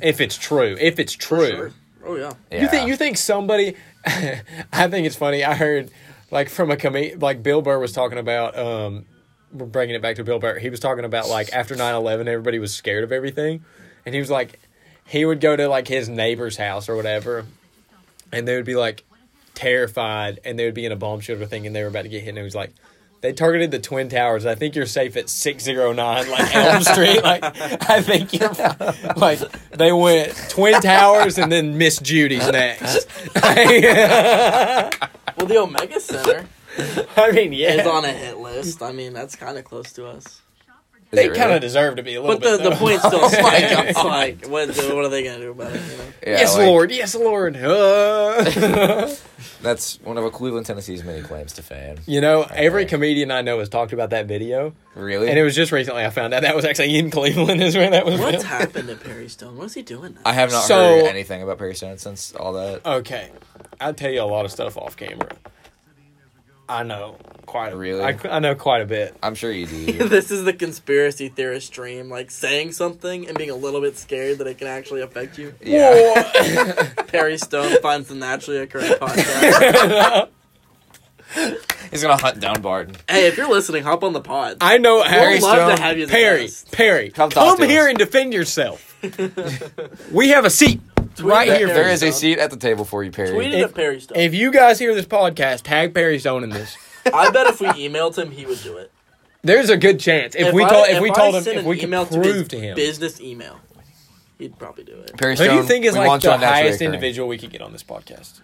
Speaker 2: if it's true, if it's true,
Speaker 4: Sure. Oh yeah.
Speaker 2: you
Speaker 3: Yeah.
Speaker 2: think you think somebody? *laughs* I think it's funny. I heard like from a comedian, like Bill Burr was talking about. um We're bringing it back to Bill Burr. He was talking about like after 9-11, everybody was scared of everything, and he was like, he would go to like his neighbor's house or whatever, and they would be like terrified, and they would be in a bomb shelter thinking they were about to get hit, and he was like. They targeted the twin towers. I think you're safe at six zero nine, like Elm Street. Like I think you're fi- like they went twin towers and then Miss Judy's next. *laughs*
Speaker 4: Well, the Omega Center
Speaker 2: I mean,
Speaker 4: is
Speaker 2: yeah,
Speaker 4: on a hit list. I mean, that's kind of close to us.
Speaker 2: they
Speaker 3: Is it
Speaker 2: kind
Speaker 3: really?
Speaker 2: of deserve to be a little
Speaker 4: But the,
Speaker 2: bit.
Speaker 4: the
Speaker 2: though. *laughs*
Speaker 4: point still stands. like, what, what are they gonna do about it? You know?
Speaker 3: Yeah,
Speaker 2: yes,
Speaker 3: like,
Speaker 2: Lord. Yes, Lord.
Speaker 3: *laughs*
Speaker 2: Uh.
Speaker 3: That's one of Cleveland, Tennessee's many claims to fame.
Speaker 2: you know, every comedian I know has talked about that video,
Speaker 3: Really?
Speaker 2: and it was just recently I found out that was actually in Cleveland *laughs* is where that was. filmed.
Speaker 4: What's happened to Perry Stone? What's he doing now?
Speaker 3: I have not
Speaker 2: So-
Speaker 3: heard anything about Perry Stone since all that.
Speaker 2: Okay, I tell you a lot of stuff off camera. I know quite a
Speaker 3: Really?
Speaker 2: I, I know quite a bit.
Speaker 3: I'm sure
Speaker 2: *laughs*
Speaker 3: you do.
Speaker 4: *laughs* this is the conspiracy theorist dream, like saying something and being a little bit scared that it can actually affect you.
Speaker 3: yeah.
Speaker 4: Perry Stone finds the naturally occurring
Speaker 2: *laughs*
Speaker 4: podcast.
Speaker 3: He's gonna hunt down Barton.
Speaker 4: hey, if you're listening, hop on the pod.
Speaker 2: *laughs* I know
Speaker 4: We'd
Speaker 2: Harry
Speaker 4: love
Speaker 3: Stone,
Speaker 4: to have you. as a
Speaker 2: Perry.
Speaker 4: guest.
Speaker 2: Perry,
Speaker 3: Come
Speaker 2: come,
Speaker 3: talk to
Speaker 2: here
Speaker 3: us.
Speaker 2: and defend
Speaker 3: *laughs*
Speaker 2: yourself. we have a seat right
Speaker 4: Tweet
Speaker 2: here.
Speaker 4: at
Speaker 3: There
Speaker 4: Perry
Speaker 3: is a
Speaker 4: Stone.
Speaker 3: seat at the table for you, Perry.
Speaker 4: Tweet it
Speaker 2: If-
Speaker 4: at Perry Stone.
Speaker 2: If you guys hear this podcast, tag Perry Stone in this.
Speaker 4: I bet if we emailed him, he would do it.
Speaker 2: There's a good chance if, we
Speaker 4: I-
Speaker 2: told if, we
Speaker 4: I
Speaker 2: told him
Speaker 4: sent
Speaker 2: if
Speaker 4: an
Speaker 2: we could
Speaker 4: email to his
Speaker 2: prove to him.
Speaker 4: business email, he'd probably do it.
Speaker 3: Perry
Speaker 2: Who
Speaker 3: Stone.
Speaker 2: do you think is
Speaker 3: we
Speaker 2: like
Speaker 3: want
Speaker 2: the
Speaker 3: John Naturally
Speaker 2: highest
Speaker 3: Occurring.
Speaker 2: individual we could get on this podcast?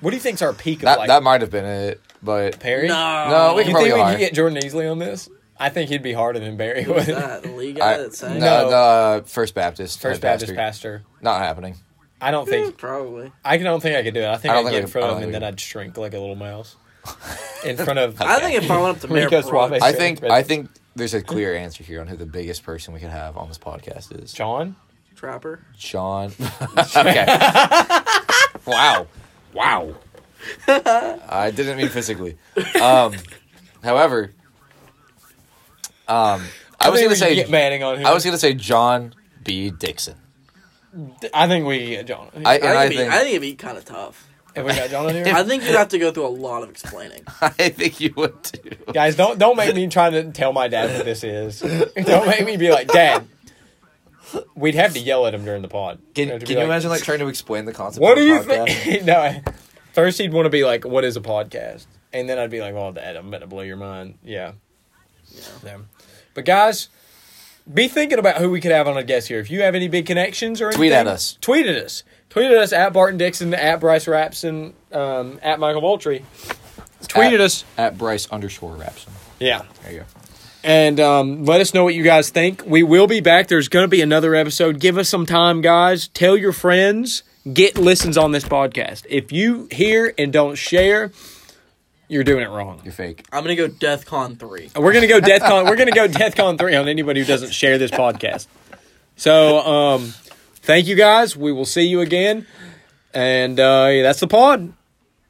Speaker 2: What do you think's our peak of
Speaker 3: That
Speaker 2: like
Speaker 3: that might have been it, but
Speaker 2: Perry?
Speaker 3: no, we
Speaker 2: You
Speaker 3: can
Speaker 2: think we
Speaker 3: probably
Speaker 2: could
Speaker 3: are.
Speaker 2: get Jordan Easley on this? I think he'd be harder than Barry
Speaker 4: Who was
Speaker 2: would.
Speaker 4: that? The league guy
Speaker 3: I-
Speaker 4: that sang?
Speaker 3: no,
Speaker 2: No.
Speaker 3: the First
Speaker 2: *laughs*
Speaker 3: Baptist.
Speaker 2: First
Speaker 3: head
Speaker 2: Baptist
Speaker 3: pastor.
Speaker 2: pastor.
Speaker 3: Not happening.
Speaker 2: I don't think
Speaker 4: Probably.
Speaker 2: I don't think I could do it. I think
Speaker 3: I
Speaker 2: I
Speaker 3: don't
Speaker 2: would
Speaker 3: think
Speaker 2: get
Speaker 3: I
Speaker 2: in
Speaker 3: could-
Speaker 2: front
Speaker 3: I
Speaker 2: of
Speaker 3: don't
Speaker 2: him and
Speaker 3: think
Speaker 2: then
Speaker 3: I
Speaker 2: I'd shrink like a little
Speaker 3: *laughs*
Speaker 2: mouse in front of.
Speaker 4: I think if I went up to Mayor
Speaker 2: Rico
Speaker 4: Brooks,
Speaker 2: Suave.
Speaker 3: I
Speaker 2: Sure.
Speaker 3: think
Speaker 2: But-
Speaker 3: I think there's a clear answer here on who the biggest person we could have on this podcast is.
Speaker 2: John.
Speaker 4: Trapper.
Speaker 3: John. *laughs*
Speaker 2: *laughs*
Speaker 3: okay. wow. Wow. I didn't mean physically. Um, however, um, I
Speaker 2: think
Speaker 3: was gonna
Speaker 2: we could
Speaker 3: say
Speaker 2: get Manning on here.
Speaker 3: I was gonna say John B. Dixon. *laughs*
Speaker 2: I think we get John.
Speaker 3: I,
Speaker 4: I think,
Speaker 3: and I
Speaker 4: it'd be,
Speaker 3: think
Speaker 4: I think it'd be kind of tough.
Speaker 2: if we got John on
Speaker 3: *laughs*
Speaker 2: here,
Speaker 4: I think you'd have to go through a lot of explaining.
Speaker 3: I think you would too.
Speaker 2: guys, don't don't make me try to tell my dad what this is. don't make me be like, Dad. We'd have to yell at him during the pod. We'd
Speaker 3: Can,
Speaker 2: have to be
Speaker 3: can
Speaker 2: like,
Speaker 3: you imagine like trying to explain the concept?
Speaker 2: What
Speaker 3: of
Speaker 2: do
Speaker 3: a
Speaker 2: you
Speaker 3: podcast?
Speaker 2: think? *laughs* no, I- first he'd want to be like, "What is a podcast?" And then I'd be like, "Oh, Dad, I'm about to blow your mind." Yeah. yeah. But guys, be thinking about who we could have on a guest here. If you have any big connections or anything,
Speaker 3: Tweet at us.
Speaker 2: Tweet at us. Tweet at us at Barton Dixon, at Bryce Rapson, um, at Michael Moultrie. Tweet
Speaker 3: At-
Speaker 2: at us.
Speaker 3: at Bryce underscore Rapson?
Speaker 2: Yeah.
Speaker 3: There you go.
Speaker 2: And um, let us know what you guys think. We will be back. There's going to be another episode. Give us some time, guys. Tell your friends. Get listens on this podcast. If you hear and don't share, you're doing it wrong.
Speaker 3: You're fake.
Speaker 4: I'm gonna go DeathCon three.
Speaker 2: We're gonna go Death Con. We're gonna go Death Con three on anybody who doesn't share this podcast. So, um, thank you guys. We will see you again. And uh, yeah, that's the pod.